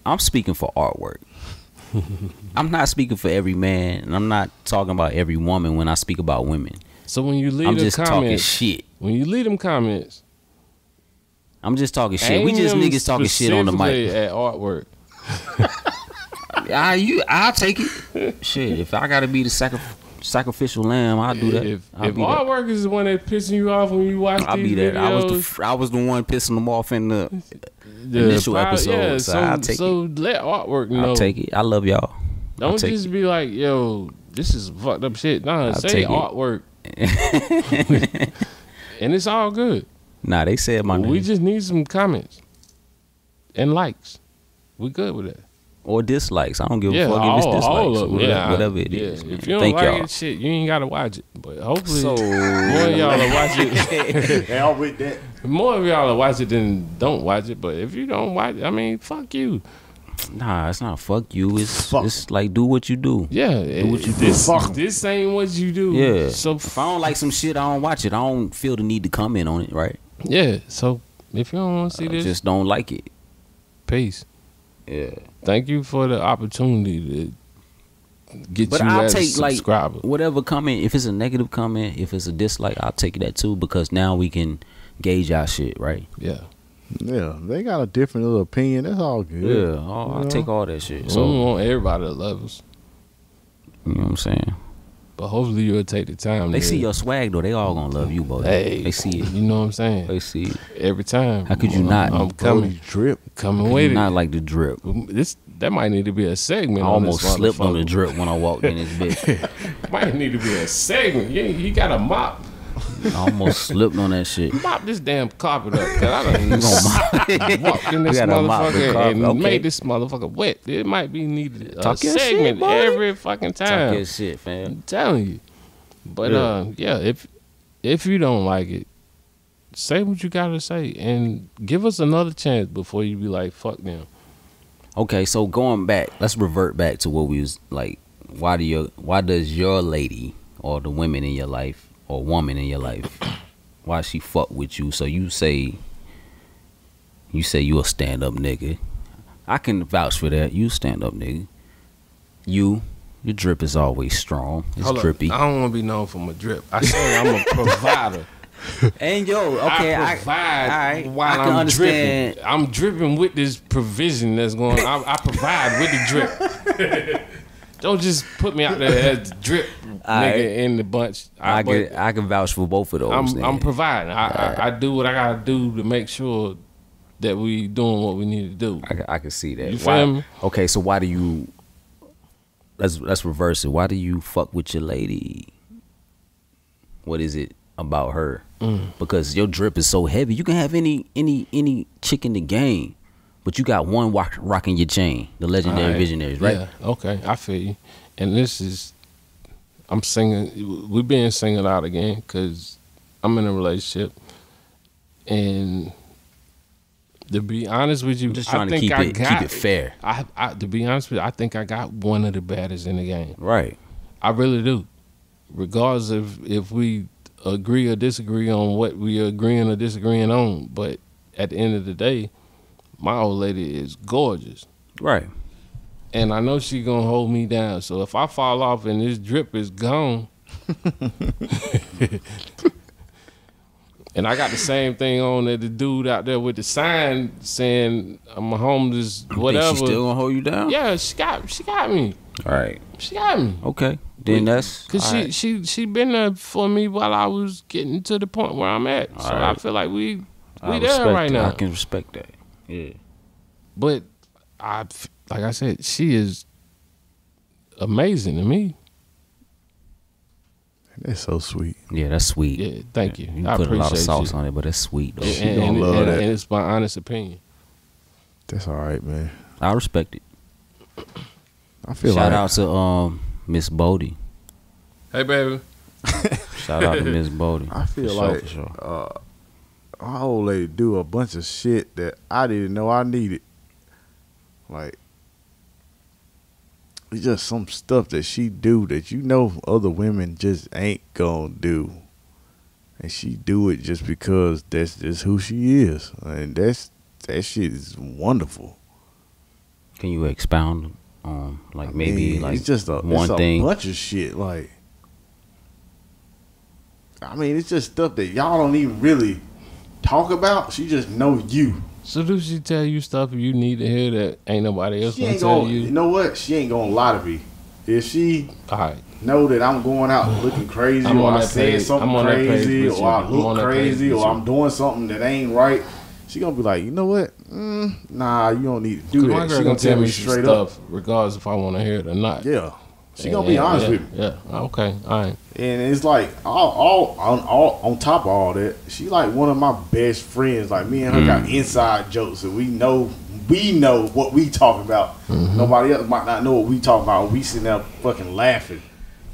[SPEAKER 6] I'm speaking for artwork. I'm not speaking for every man, and I'm not talking about every woman when I speak about women.
[SPEAKER 3] so when you leave
[SPEAKER 6] I'm
[SPEAKER 3] the
[SPEAKER 6] just talking
[SPEAKER 3] comments,
[SPEAKER 6] shit.
[SPEAKER 3] when you leave them comments,
[SPEAKER 6] I'm just talking shit. We
[SPEAKER 3] aim
[SPEAKER 6] just
[SPEAKER 3] them
[SPEAKER 6] niggas talking shit on the mic.
[SPEAKER 3] specifically At artwork,
[SPEAKER 6] I Ah, you I'll take it. shit, if I gotta be the sacri- sacrificial lamb, I'll do that.
[SPEAKER 3] if
[SPEAKER 6] I'll
[SPEAKER 3] if
[SPEAKER 6] be that.
[SPEAKER 3] artwork is the one that pissing you off when you watch
[SPEAKER 6] I'll
[SPEAKER 3] these
[SPEAKER 6] be that. I was the
[SPEAKER 3] videos,
[SPEAKER 6] f- I was the one pissing them off in the
[SPEAKER 3] the
[SPEAKER 6] initial
[SPEAKER 3] pro-
[SPEAKER 6] episode,
[SPEAKER 3] Yeah,
[SPEAKER 6] so
[SPEAKER 3] so
[SPEAKER 6] I'll take
[SPEAKER 3] so let artwork know.
[SPEAKER 6] I'll take it. I love y'all. I'll
[SPEAKER 3] Don't
[SPEAKER 6] take
[SPEAKER 3] just be like, yo, this is fucked up shit. Nah, say
[SPEAKER 6] take it.
[SPEAKER 3] artwork. and it's all good.
[SPEAKER 6] Nah, they said my name
[SPEAKER 3] We just need some comments and likes. We good with that.
[SPEAKER 6] or dislikes. I don't give
[SPEAKER 3] Yeah,
[SPEAKER 6] a fuck if
[SPEAKER 3] all,
[SPEAKER 6] it's dislikes,
[SPEAKER 3] all of
[SPEAKER 6] or
[SPEAKER 3] them.
[SPEAKER 6] whatever,
[SPEAKER 3] yeah,
[SPEAKER 6] whatever it
[SPEAKER 3] yeah.
[SPEAKER 6] is. man.
[SPEAKER 3] If you don't
[SPEAKER 6] Thank
[SPEAKER 3] like
[SPEAKER 6] y'all.
[SPEAKER 3] it, shit, you ain't gotta watch it. But hopefully,
[SPEAKER 6] So-
[SPEAKER 3] more of y'all will watch it.
[SPEAKER 4] Hell with that.
[SPEAKER 3] More of y'all will watch it than don't watch it. But if you don't watch, it, I mean, fuck you.
[SPEAKER 6] Nah, it's not fuck you. It's
[SPEAKER 7] Fuck.
[SPEAKER 6] it's like do what you do.
[SPEAKER 3] Yeah,
[SPEAKER 6] what you do.
[SPEAKER 3] this
[SPEAKER 7] Fuck 'em.
[SPEAKER 3] this ain't what you do.
[SPEAKER 6] Yeah.
[SPEAKER 3] So
[SPEAKER 6] If I don't like some shit, I don't watch it. I don't feel the need to comment on it. Right?
[SPEAKER 3] yeah. So if you don't want to see
[SPEAKER 6] I
[SPEAKER 3] this,
[SPEAKER 6] Uh, just don't like it.
[SPEAKER 3] Peace.
[SPEAKER 6] Yeah.
[SPEAKER 3] Thank you for the opportunity to get
[SPEAKER 6] But
[SPEAKER 3] you
[SPEAKER 6] I'll
[SPEAKER 3] as
[SPEAKER 6] take
[SPEAKER 3] a
[SPEAKER 6] like
[SPEAKER 3] subscriber.
[SPEAKER 6] whatever comment. If it's a negative comment, if it's a dislike, I'll take that too because now we can gauge our shit. Right?
[SPEAKER 3] yeah.
[SPEAKER 7] Yeah, they got a different little opinion. That's all good.
[SPEAKER 6] Yeah. Oh, I'll
[SPEAKER 7] Yeah.
[SPEAKER 6] take all that shit.
[SPEAKER 3] So we
[SPEAKER 6] So
[SPEAKER 3] want everybody to love us.
[SPEAKER 6] you know what I'm saying?
[SPEAKER 3] But hopefully you'll take the time.
[SPEAKER 6] They
[SPEAKER 3] to-
[SPEAKER 6] see your swag though. They all gonna love you, boy.
[SPEAKER 3] Hey.
[SPEAKER 6] They see it.
[SPEAKER 3] You know what I'm saying?
[SPEAKER 6] They see it.
[SPEAKER 3] Every time.
[SPEAKER 6] How could you
[SPEAKER 3] I'm-
[SPEAKER 6] not?
[SPEAKER 3] I'm
[SPEAKER 7] Bro,
[SPEAKER 3] coming.
[SPEAKER 7] you drip.
[SPEAKER 3] Coming
[SPEAKER 6] It's
[SPEAKER 3] with
[SPEAKER 6] not
[SPEAKER 3] it.
[SPEAKER 6] like the drip.
[SPEAKER 3] This that might need to be a segment.
[SPEAKER 6] I
[SPEAKER 3] on
[SPEAKER 6] almost
[SPEAKER 3] this
[SPEAKER 6] slipped on the
[SPEAKER 3] motherfucker.
[SPEAKER 6] drip when I walked in this bitch.
[SPEAKER 3] Might need to be a segment. Yeah, you got to mop
[SPEAKER 6] I almost slipped on that shit.
[SPEAKER 3] mop this damn carpet up. 'cause I done walked in
[SPEAKER 6] We
[SPEAKER 3] this
[SPEAKER 6] gotta mop the
[SPEAKER 3] motherfucker
[SPEAKER 6] carpet,
[SPEAKER 3] and
[SPEAKER 6] okay.
[SPEAKER 3] made this motherfucker wet. It might be needed a
[SPEAKER 6] Talk your shit,
[SPEAKER 3] segment
[SPEAKER 6] boy.
[SPEAKER 3] every fucking
[SPEAKER 6] Talk
[SPEAKER 3] time.
[SPEAKER 6] your shit, fam.
[SPEAKER 3] I'm telling you. But
[SPEAKER 6] Yeah.
[SPEAKER 3] uh, yeah, if if you don't like it, say what you gotta say and give us another chance before you be like, fuck them.
[SPEAKER 6] Okay, so going back, let's revert back to what we was like. Why do your why does your lady or the women in your life or woman in your life why she fuck with you? So you say you say you a stand up nigga. I can vouch for that. You stand up nigga. You your drip is always strong. It's
[SPEAKER 3] Hold up,
[SPEAKER 6] drippy.
[SPEAKER 3] I don't wanna be known for my drip. I say I'm a provider.
[SPEAKER 6] And yo, okay,
[SPEAKER 3] I
[SPEAKER 6] I,
[SPEAKER 3] provide
[SPEAKER 6] I,
[SPEAKER 3] while
[SPEAKER 6] I can
[SPEAKER 3] am
[SPEAKER 6] understand.
[SPEAKER 3] dripping. I'm dripping with this provision that's going. I, I provide with the drip. Don't just put me out there as the drip nigga
[SPEAKER 6] Alright.
[SPEAKER 3] in the bunch.
[SPEAKER 6] I
[SPEAKER 3] but-
[SPEAKER 6] can I can vouch for both of those.
[SPEAKER 3] I'm, I'm
[SPEAKER 6] then.
[SPEAKER 3] providing. I, I, I do what I gotta do to make sure that we doing what we need to do.
[SPEAKER 6] I, can- I can see that.
[SPEAKER 3] You
[SPEAKER 6] Why-
[SPEAKER 3] feel me?
[SPEAKER 6] Okay, so why do you? Let's let's reverse it. Why do you fuck with your lady? What is it about her?
[SPEAKER 3] Mm.
[SPEAKER 6] Because your drip is so heavy. You can have any any any chick in the game, but you got one rock, rocking your chain. The legendary
[SPEAKER 3] Alright.
[SPEAKER 6] visionaries, right?
[SPEAKER 3] Yeah, okay, I feel you. And this is, I'm singing. We being singled out again because I'm in a relationship, and to be honest with you,
[SPEAKER 6] I'm just
[SPEAKER 3] I
[SPEAKER 6] trying to
[SPEAKER 3] think
[SPEAKER 6] keep
[SPEAKER 3] I
[SPEAKER 6] it
[SPEAKER 3] got,
[SPEAKER 6] keep it fair,
[SPEAKER 3] I, I to be honest with you, I think I got one of the baddest in the game.
[SPEAKER 6] right?
[SPEAKER 3] I really do. Regardless of if we agree or disagree on what we agreeing or disagreeing on, but at the end of the day, my old lady is gorgeous.
[SPEAKER 6] Right.
[SPEAKER 3] And I know she gonna hold me down. So if I fall off and this drip is gone and I got the same thing on that the dude out there with the sign saying I'm a homeless
[SPEAKER 6] Think she still
[SPEAKER 3] whatever.
[SPEAKER 6] gonna hold you down?
[SPEAKER 3] Yeah, she got she got me.
[SPEAKER 6] All right.
[SPEAKER 3] She got me.
[SPEAKER 6] Okay. Then that's
[SPEAKER 3] Cause she,
[SPEAKER 6] alright.
[SPEAKER 3] she she been there for me while I was getting to the point where I'm at. so I
[SPEAKER 6] Alright.
[SPEAKER 3] feel like we we
[SPEAKER 6] I
[SPEAKER 3] there
[SPEAKER 6] respect
[SPEAKER 3] right
[SPEAKER 6] that.
[SPEAKER 3] now.
[SPEAKER 6] I can respect that. Yeah.
[SPEAKER 3] But I f- like I said, she is amazing to me.
[SPEAKER 7] That's so sweet.
[SPEAKER 6] Yeah, that's sweet.
[SPEAKER 3] Yeah, thank you.
[SPEAKER 6] You
[SPEAKER 3] I
[SPEAKER 6] put a
[SPEAKER 3] appreciate
[SPEAKER 6] lot of sauce
[SPEAKER 3] you.
[SPEAKER 6] on it, but it's sweet though.
[SPEAKER 3] And,
[SPEAKER 7] She gonna
[SPEAKER 3] and-
[SPEAKER 7] love
[SPEAKER 3] and-
[SPEAKER 7] that.
[SPEAKER 3] and it's my honest opinion.
[SPEAKER 7] That's all right, man.
[SPEAKER 6] I respect it.
[SPEAKER 7] I feel
[SPEAKER 6] Shout
[SPEAKER 7] like
[SPEAKER 6] out to um Miss Bodie.
[SPEAKER 3] Hey, baby.
[SPEAKER 6] Shout out to Miss Bodie.
[SPEAKER 4] I feel
[SPEAKER 6] for
[SPEAKER 4] like uh,
[SPEAKER 6] sure, for sure.
[SPEAKER 4] my old lady do a bunch of shit that I didn't know I needed. Like it's just some stuff that she do that you know other women just ain't gonna do. And she do it just because that's just who she is. And that's that shit is wonderful.
[SPEAKER 6] Can you expound on like
[SPEAKER 4] I
[SPEAKER 6] maybe
[SPEAKER 4] mean,
[SPEAKER 6] like
[SPEAKER 4] it's just a,
[SPEAKER 6] one
[SPEAKER 4] it's a
[SPEAKER 6] thing?
[SPEAKER 4] bunch of shit. Like, I mean, it's just stuff that y'all don't even really talk about. She just know you.
[SPEAKER 3] So do she tell you stuff you need to hear that ain't nobody else
[SPEAKER 4] She
[SPEAKER 3] gonna
[SPEAKER 4] ain't
[SPEAKER 3] tell
[SPEAKER 4] gonna.
[SPEAKER 3] you?
[SPEAKER 4] You. know what? She ain't gonna lie to me. If she
[SPEAKER 3] All right.
[SPEAKER 4] know that I'm going out looking crazy,
[SPEAKER 3] I'm
[SPEAKER 4] or
[SPEAKER 3] on
[SPEAKER 4] I
[SPEAKER 3] that
[SPEAKER 4] said
[SPEAKER 3] page.
[SPEAKER 4] something
[SPEAKER 3] I'm on that page
[SPEAKER 4] crazy,
[SPEAKER 3] with you.
[SPEAKER 4] or I
[SPEAKER 3] I'm on
[SPEAKER 4] look
[SPEAKER 3] that page
[SPEAKER 4] crazy,
[SPEAKER 3] with
[SPEAKER 4] or
[SPEAKER 3] you.
[SPEAKER 4] I'm doing something that ain't right, she gonna be like, you know what? Mm, nah, you don't need to do
[SPEAKER 3] Cause my
[SPEAKER 4] that.
[SPEAKER 3] girl
[SPEAKER 4] She
[SPEAKER 3] gonna tell me some
[SPEAKER 4] straight up.
[SPEAKER 3] stuff, regardless if I want to hear it or not.
[SPEAKER 4] Yeah, she
[SPEAKER 3] And-
[SPEAKER 4] gonna be
[SPEAKER 3] and-
[SPEAKER 4] honest
[SPEAKER 3] yeah,
[SPEAKER 4] with me.
[SPEAKER 3] Yeah. Okay. All right.
[SPEAKER 4] And it's like all, all on all on top of all that, she like one of my best friends. Like me and her got inside jokes, and we know we know what we talking about. Nobody else might not know what we talking about. We sitting there fucking laughing.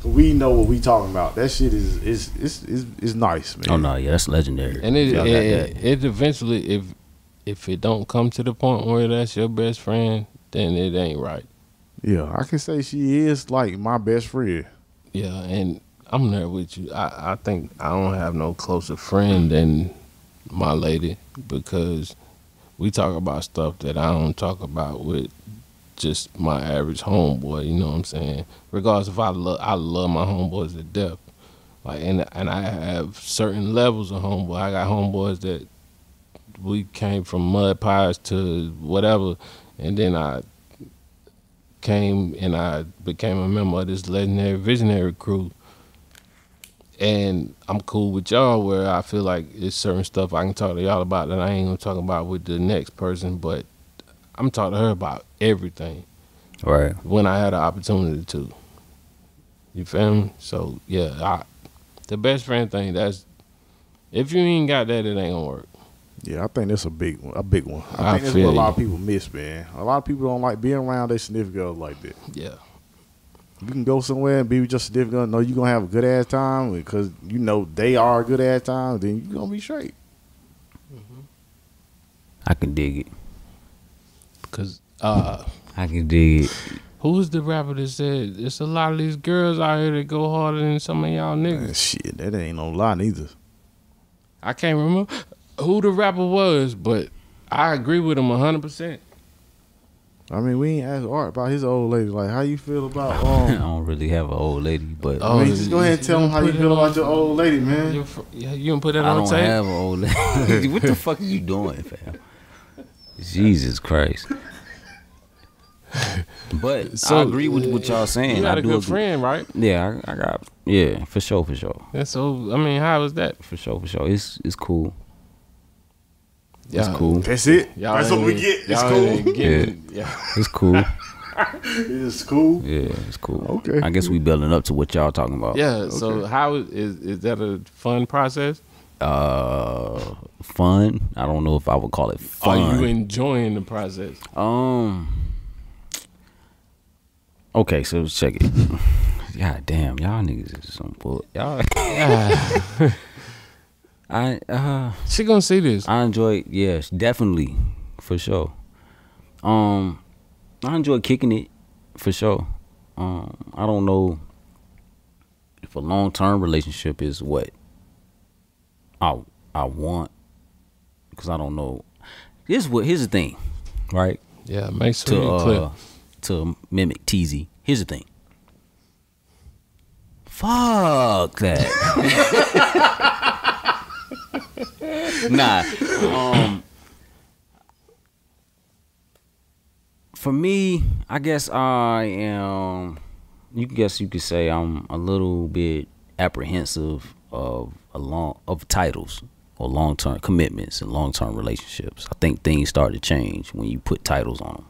[SPEAKER 4] We know what we talking about. That shit is is is is, is nice, man.
[SPEAKER 6] oh no, yeah, that's legendary.
[SPEAKER 3] And it
[SPEAKER 6] Y'all
[SPEAKER 3] it,
[SPEAKER 6] got
[SPEAKER 3] it,
[SPEAKER 6] that.
[SPEAKER 3] eventually if if it don't come to the point where that's your best friend, then it ain't right.
[SPEAKER 4] Yeah, I can say she is like my best friend.
[SPEAKER 3] Yeah. And I'm there with you. I I think I don't have no closer friend than my lady because we talk about stuff that I don't talk about with just my average homeboy. You know what I'm saying? Regardless if I love, I love my homeboys to death. Like and and I have certain levels of homeboy. I got homeboys that we came from mud pies to whatever, and then I came and I became a member of this legendary visionary crew. And I'm cool with y'all where I feel like it's certain stuff I can talk to y'all about that I ain't gonna talk about with the next person, but I'm talking to her about everything
[SPEAKER 6] right.
[SPEAKER 3] when I had an opportunity to. You feel me? So yeah, I, the best friend thing. That's if you ain't got that, it ain't gonna work.
[SPEAKER 4] Yeah, I think that's a big one. A big one.
[SPEAKER 3] I
[SPEAKER 4] I, think that's
[SPEAKER 3] feel
[SPEAKER 4] what a lot
[SPEAKER 3] you.
[SPEAKER 4] of people miss, man. A lot of people don't like being around their significant other like that.
[SPEAKER 3] Yeah,
[SPEAKER 4] you can go somewhere and be with your significant other. Know you're gonna have a good ass time because you know they are a good ass time. Then you gonna be straight.
[SPEAKER 6] I can dig it.
[SPEAKER 3] cause uh,
[SPEAKER 6] I can dig it.
[SPEAKER 3] who was the rapper that said it's a lot of these girls out here that go harder than some of y'all niggas?
[SPEAKER 4] shit, that ain't no lie neither.
[SPEAKER 3] I can't remember who the rapper was, but I agree with him hundred percent.
[SPEAKER 4] I mean, we ain't asked Art about his old lady. Like, how you feel about
[SPEAKER 6] I
[SPEAKER 4] um?
[SPEAKER 6] don't really have an old lady, but
[SPEAKER 3] Oh,
[SPEAKER 4] I mean, just go ahead and tell him how you feel about your old lady,
[SPEAKER 3] You,
[SPEAKER 4] man.
[SPEAKER 3] yeah, you didn't put that
[SPEAKER 6] I
[SPEAKER 3] on
[SPEAKER 6] don't
[SPEAKER 3] tape.
[SPEAKER 6] have an old lady. what the fuck are you doing, fam? Jesus Christ. But
[SPEAKER 3] So,
[SPEAKER 6] I agree with what y'all saying.
[SPEAKER 3] you got
[SPEAKER 6] I
[SPEAKER 3] a
[SPEAKER 6] do
[SPEAKER 3] good
[SPEAKER 6] agree.
[SPEAKER 3] friend, right?
[SPEAKER 6] Yeah, I, I got yeah, for sure, for sure.
[SPEAKER 3] And so I mean, how is that?
[SPEAKER 6] For sure, for sure. It's it's cool.
[SPEAKER 3] Yeah,
[SPEAKER 6] It's cool.
[SPEAKER 4] That's it.
[SPEAKER 3] Y'all
[SPEAKER 4] That's what
[SPEAKER 3] ain't-
[SPEAKER 4] we get. It's
[SPEAKER 3] y'all
[SPEAKER 4] cool.
[SPEAKER 3] ain't getting- yeah.
[SPEAKER 6] It's cool.
[SPEAKER 4] It's cool.
[SPEAKER 6] Yeah, it's cool.
[SPEAKER 4] Okay.
[SPEAKER 6] I guess we building up to what y'all talking about.
[SPEAKER 3] Yeah. So how is, is is that a fun process?
[SPEAKER 6] Uh, fun. I don't know if I would call it
[SPEAKER 4] Oh,
[SPEAKER 6] fun.
[SPEAKER 3] Are you enjoying the process?
[SPEAKER 6] Um. Okay, so let's check it. God damn, y'all niggas is some bull. Y'all. I uh
[SPEAKER 3] She gonna see this.
[SPEAKER 6] I enjoy yes definitely for sure. Um, I enjoy kicking it for sure. Um, I don't know if a long term relationship is what I I want because I don't know. This what here's the thing, right?
[SPEAKER 3] Yeah. Make sure
[SPEAKER 6] to
[SPEAKER 3] you
[SPEAKER 6] uh,
[SPEAKER 3] clip.
[SPEAKER 6] to mimic TZ. Here's the thing. Fuck that. nah. Um, for me, I guess I am. You guess you could say I'm a little bit apprehensive of a long of titles or long term commitments and long term relationships. I think things start to change when you put titles on them.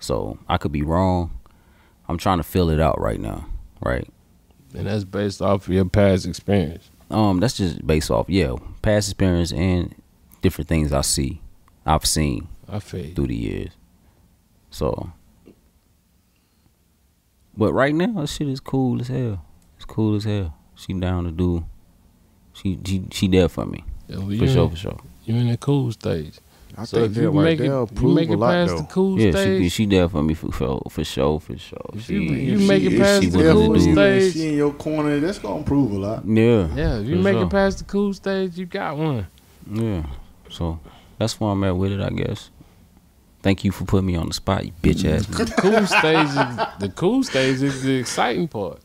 [SPEAKER 6] So I could be wrong. I'm trying to fill it out right now, right?
[SPEAKER 3] And that's based off of your past experience.
[SPEAKER 6] Um, that's just based off yeah, past experience and different things I see, I've seen
[SPEAKER 3] I feel you.
[SPEAKER 6] through the years. So, but right now, this shit is cool as hell. It's cool as hell. She down to do. She she she there for me
[SPEAKER 3] Yeah, well,
[SPEAKER 6] for
[SPEAKER 3] you
[SPEAKER 6] sure
[SPEAKER 3] in-
[SPEAKER 6] for sure.
[SPEAKER 3] You in the cool stage.
[SPEAKER 4] I
[SPEAKER 3] So
[SPEAKER 4] think
[SPEAKER 3] if
[SPEAKER 4] that
[SPEAKER 3] you
[SPEAKER 4] right
[SPEAKER 3] make
[SPEAKER 4] there
[SPEAKER 3] it, you
[SPEAKER 4] prove
[SPEAKER 3] make
[SPEAKER 4] a
[SPEAKER 3] it
[SPEAKER 4] lot
[SPEAKER 3] past
[SPEAKER 4] though.
[SPEAKER 3] the cool
[SPEAKER 6] Yeah, she
[SPEAKER 3] stage.
[SPEAKER 6] she there for me for sure for sure for sure.
[SPEAKER 3] If you,
[SPEAKER 6] She,
[SPEAKER 3] you
[SPEAKER 4] If
[SPEAKER 3] make
[SPEAKER 4] she-
[SPEAKER 3] it
[SPEAKER 4] if
[SPEAKER 3] past
[SPEAKER 6] she
[SPEAKER 4] she's
[SPEAKER 3] the
[SPEAKER 4] there
[SPEAKER 6] willing to
[SPEAKER 3] cool
[SPEAKER 4] for
[SPEAKER 6] do-
[SPEAKER 4] you and
[SPEAKER 3] stage,
[SPEAKER 4] She in your corner. That's gonna prove a lot.
[SPEAKER 6] yeah
[SPEAKER 3] yeah, if you
[SPEAKER 6] for
[SPEAKER 3] make
[SPEAKER 6] sure.
[SPEAKER 3] it past the cool stage, you got one.
[SPEAKER 6] yeah. So that's where I'm at with it, I guess. Thank you for putting me on the spot, you bitch ass.
[SPEAKER 3] The cool stage, is, the cool stage is the exciting part.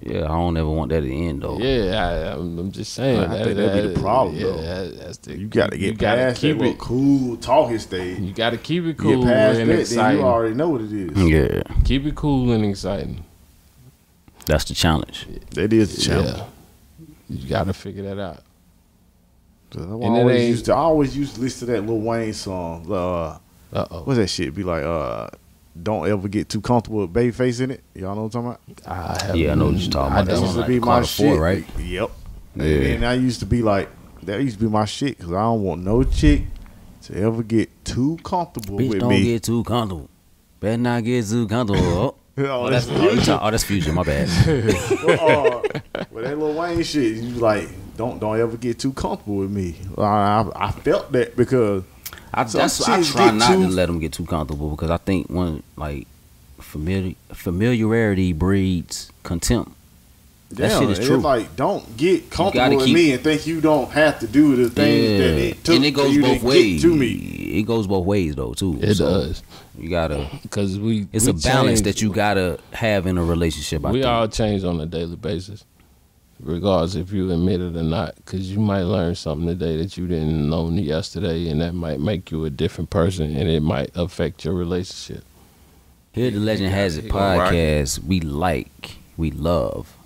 [SPEAKER 6] yeah, I don't ever want that to end though.
[SPEAKER 3] Yeah, I, I'm, I'm just saying.
[SPEAKER 4] Oh. I think that'd be the problem,
[SPEAKER 3] yeah,
[SPEAKER 4] though.
[SPEAKER 3] that- that's the,
[SPEAKER 4] You got to get
[SPEAKER 3] gotta
[SPEAKER 4] past that
[SPEAKER 3] keep
[SPEAKER 4] little
[SPEAKER 3] it.
[SPEAKER 4] cool talking stage.
[SPEAKER 3] You got to keep it
[SPEAKER 4] You
[SPEAKER 3] cool
[SPEAKER 4] get past
[SPEAKER 3] and
[SPEAKER 4] that, then
[SPEAKER 3] exciting.
[SPEAKER 4] you already know what it is.
[SPEAKER 6] Yeah,
[SPEAKER 3] Keep it cool and exciting.
[SPEAKER 6] that's the challenge.
[SPEAKER 4] That is a challenge.
[SPEAKER 3] Yeah, you got to figure that out.
[SPEAKER 4] 'Cause I
[SPEAKER 3] it
[SPEAKER 4] always
[SPEAKER 3] ain't-
[SPEAKER 4] used to I always used to listen to that Lil Wayne song. Uh,
[SPEAKER 3] Uh oh,
[SPEAKER 4] what's that shit? Be like, uh, don't ever get too comfortable with Babyface in it. Y'all know what I'm talking about?
[SPEAKER 3] I have
[SPEAKER 6] Yeah, I know what you're talking
[SPEAKER 3] I
[SPEAKER 6] about. That
[SPEAKER 4] That
[SPEAKER 3] don't
[SPEAKER 4] used to
[SPEAKER 6] like
[SPEAKER 4] be my
[SPEAKER 6] Carter Ford,
[SPEAKER 4] shit.
[SPEAKER 6] right?
[SPEAKER 4] Yep.
[SPEAKER 6] Yeah.
[SPEAKER 4] And I used to be like, that used to be my shit because I don't want no chick to ever get too comfortable
[SPEAKER 6] Bitch,
[SPEAKER 4] with
[SPEAKER 6] don't
[SPEAKER 4] me.
[SPEAKER 6] get too comfortable. Better not get too comfortable.
[SPEAKER 4] oh,
[SPEAKER 6] Oh, that's
[SPEAKER 4] that's-
[SPEAKER 6] fusion. Oh, that's fusion. My bad.
[SPEAKER 4] uh, with that Lil Wayne shit, you like, don't don't ever get too comfortable with me. I, I, I felt that because
[SPEAKER 6] I,
[SPEAKER 4] Some
[SPEAKER 6] that's I
[SPEAKER 4] chicks
[SPEAKER 6] try
[SPEAKER 4] get
[SPEAKER 6] not
[SPEAKER 4] too-
[SPEAKER 6] to let them get too comfortable because I think one like familiar familiarity breeds contempt. That
[SPEAKER 4] damn,
[SPEAKER 6] shit is
[SPEAKER 4] it's
[SPEAKER 6] true.
[SPEAKER 4] like don't get comfortable with
[SPEAKER 6] keep-
[SPEAKER 4] me and think you don't have to do the things that
[SPEAKER 6] Yeah.
[SPEAKER 4] it took
[SPEAKER 6] and it
[SPEAKER 4] for
[SPEAKER 6] goes
[SPEAKER 4] you
[SPEAKER 6] both
[SPEAKER 4] to
[SPEAKER 6] ways.
[SPEAKER 4] get to me.
[SPEAKER 6] It goes both ways though too.
[SPEAKER 3] It
[SPEAKER 6] So,
[SPEAKER 3] does
[SPEAKER 6] You gotta.
[SPEAKER 3] because we.
[SPEAKER 6] It's
[SPEAKER 3] we
[SPEAKER 6] a balance
[SPEAKER 3] change.
[SPEAKER 6] that you gotta have in a relationship. I
[SPEAKER 3] We
[SPEAKER 6] think.
[SPEAKER 3] all change on a daily basis, regardless if you admit it or not. Because you might learn something today that you didn't know yesterday, and that might make you a different person, and it might affect your relationship.
[SPEAKER 6] Here, the Legend Has It podcast, we like, we love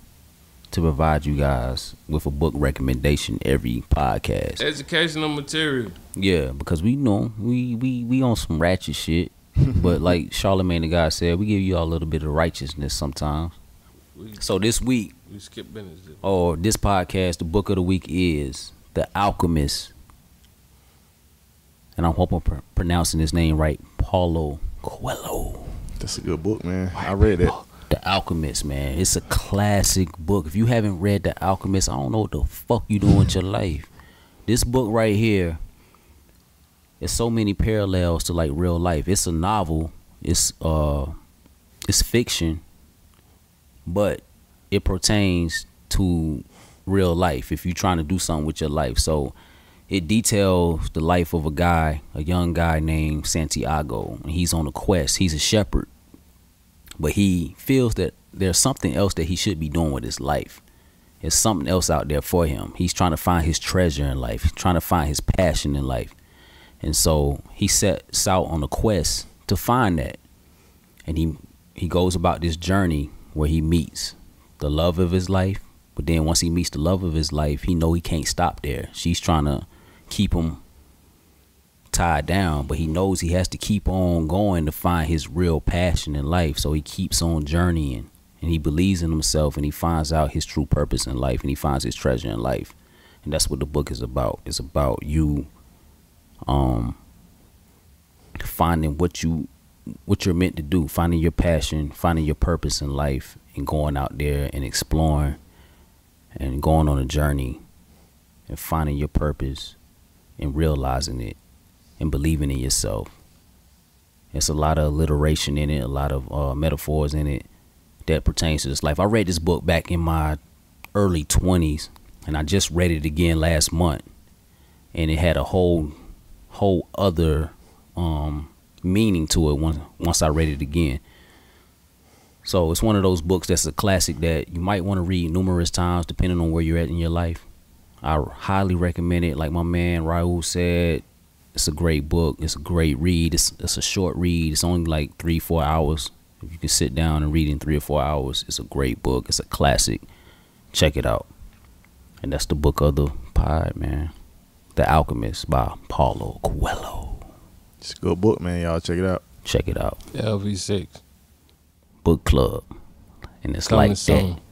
[SPEAKER 6] to provide you guys with a book recommendation every podcast.
[SPEAKER 3] Educational material.
[SPEAKER 6] Yeah, because we know we we we on some ratchet shit, but like Charlemagne the guy said, we give you all a little bit of righteousness sometimes.
[SPEAKER 3] We-
[SPEAKER 6] So this week
[SPEAKER 3] We skip business.
[SPEAKER 6] or this podcast, the book of the week is The Alchemist, and I'm hoping I'm pr- pronouncing his name right, Paulo Coelho.
[SPEAKER 4] That's a good book, man. I read it.
[SPEAKER 6] The Alchemist, man. It's a classic book. If you haven't read The Alchemist, I don't know what the fuck you doing with your life. This book right here, there's so many parallels to like real life. It's a novel. It's uh it's fiction, but it pertains to real life if you're trying to do something with your life. So it details the life of a guy, a young guy named Santiago, and he's on a quest. He's a shepherd but he feels that there's something else that he should be doing with his life. There's something else out there for him. He's trying to find his treasure in life, he's trying to find his passion in life. And so he sets out on a quest to find that. And he he goes about this journey where he meets the love of his life, but then once he meets the love of his life, he know he can't stop there. She's trying to keep him tied down, but he knows he has to keep on going to find his real passion in life. So he keeps on journeying and he believes in himself and he finds out his true purpose in life and he finds his treasure in life. And that's what the book is about. It's about you um finding what you what you're meant to do, finding your passion, finding your purpose in life and going out there and exploring and going on a journey and finding your purpose and realizing it and believing in yourself. It's a lot of alliteration in it, a lot of uh, metaphors in it that pertains to this life. I read this book back in my early 20s, and I just read it again last month, and it had a whole, whole other um, meaning to it once once I read it again. So it's one of those books that's a classic that you might want to read numerous times, depending on where you're at in your life. I highly recommend it. Like my man Raul said, it's a great book. It's a great read. It's it's a short read. It's only like three four hours. If you can sit down and read in three or four hours, it's a great book. It's a classic. Check it out. And that's the book of the pod, man. The Alchemist by Paulo Coelho.
[SPEAKER 4] It's a good book, man. Y'all check it out.
[SPEAKER 6] Check it out.
[SPEAKER 3] LV six
[SPEAKER 6] Book club. And it's
[SPEAKER 3] coming
[SPEAKER 6] like
[SPEAKER 3] soon.
[SPEAKER 6] that.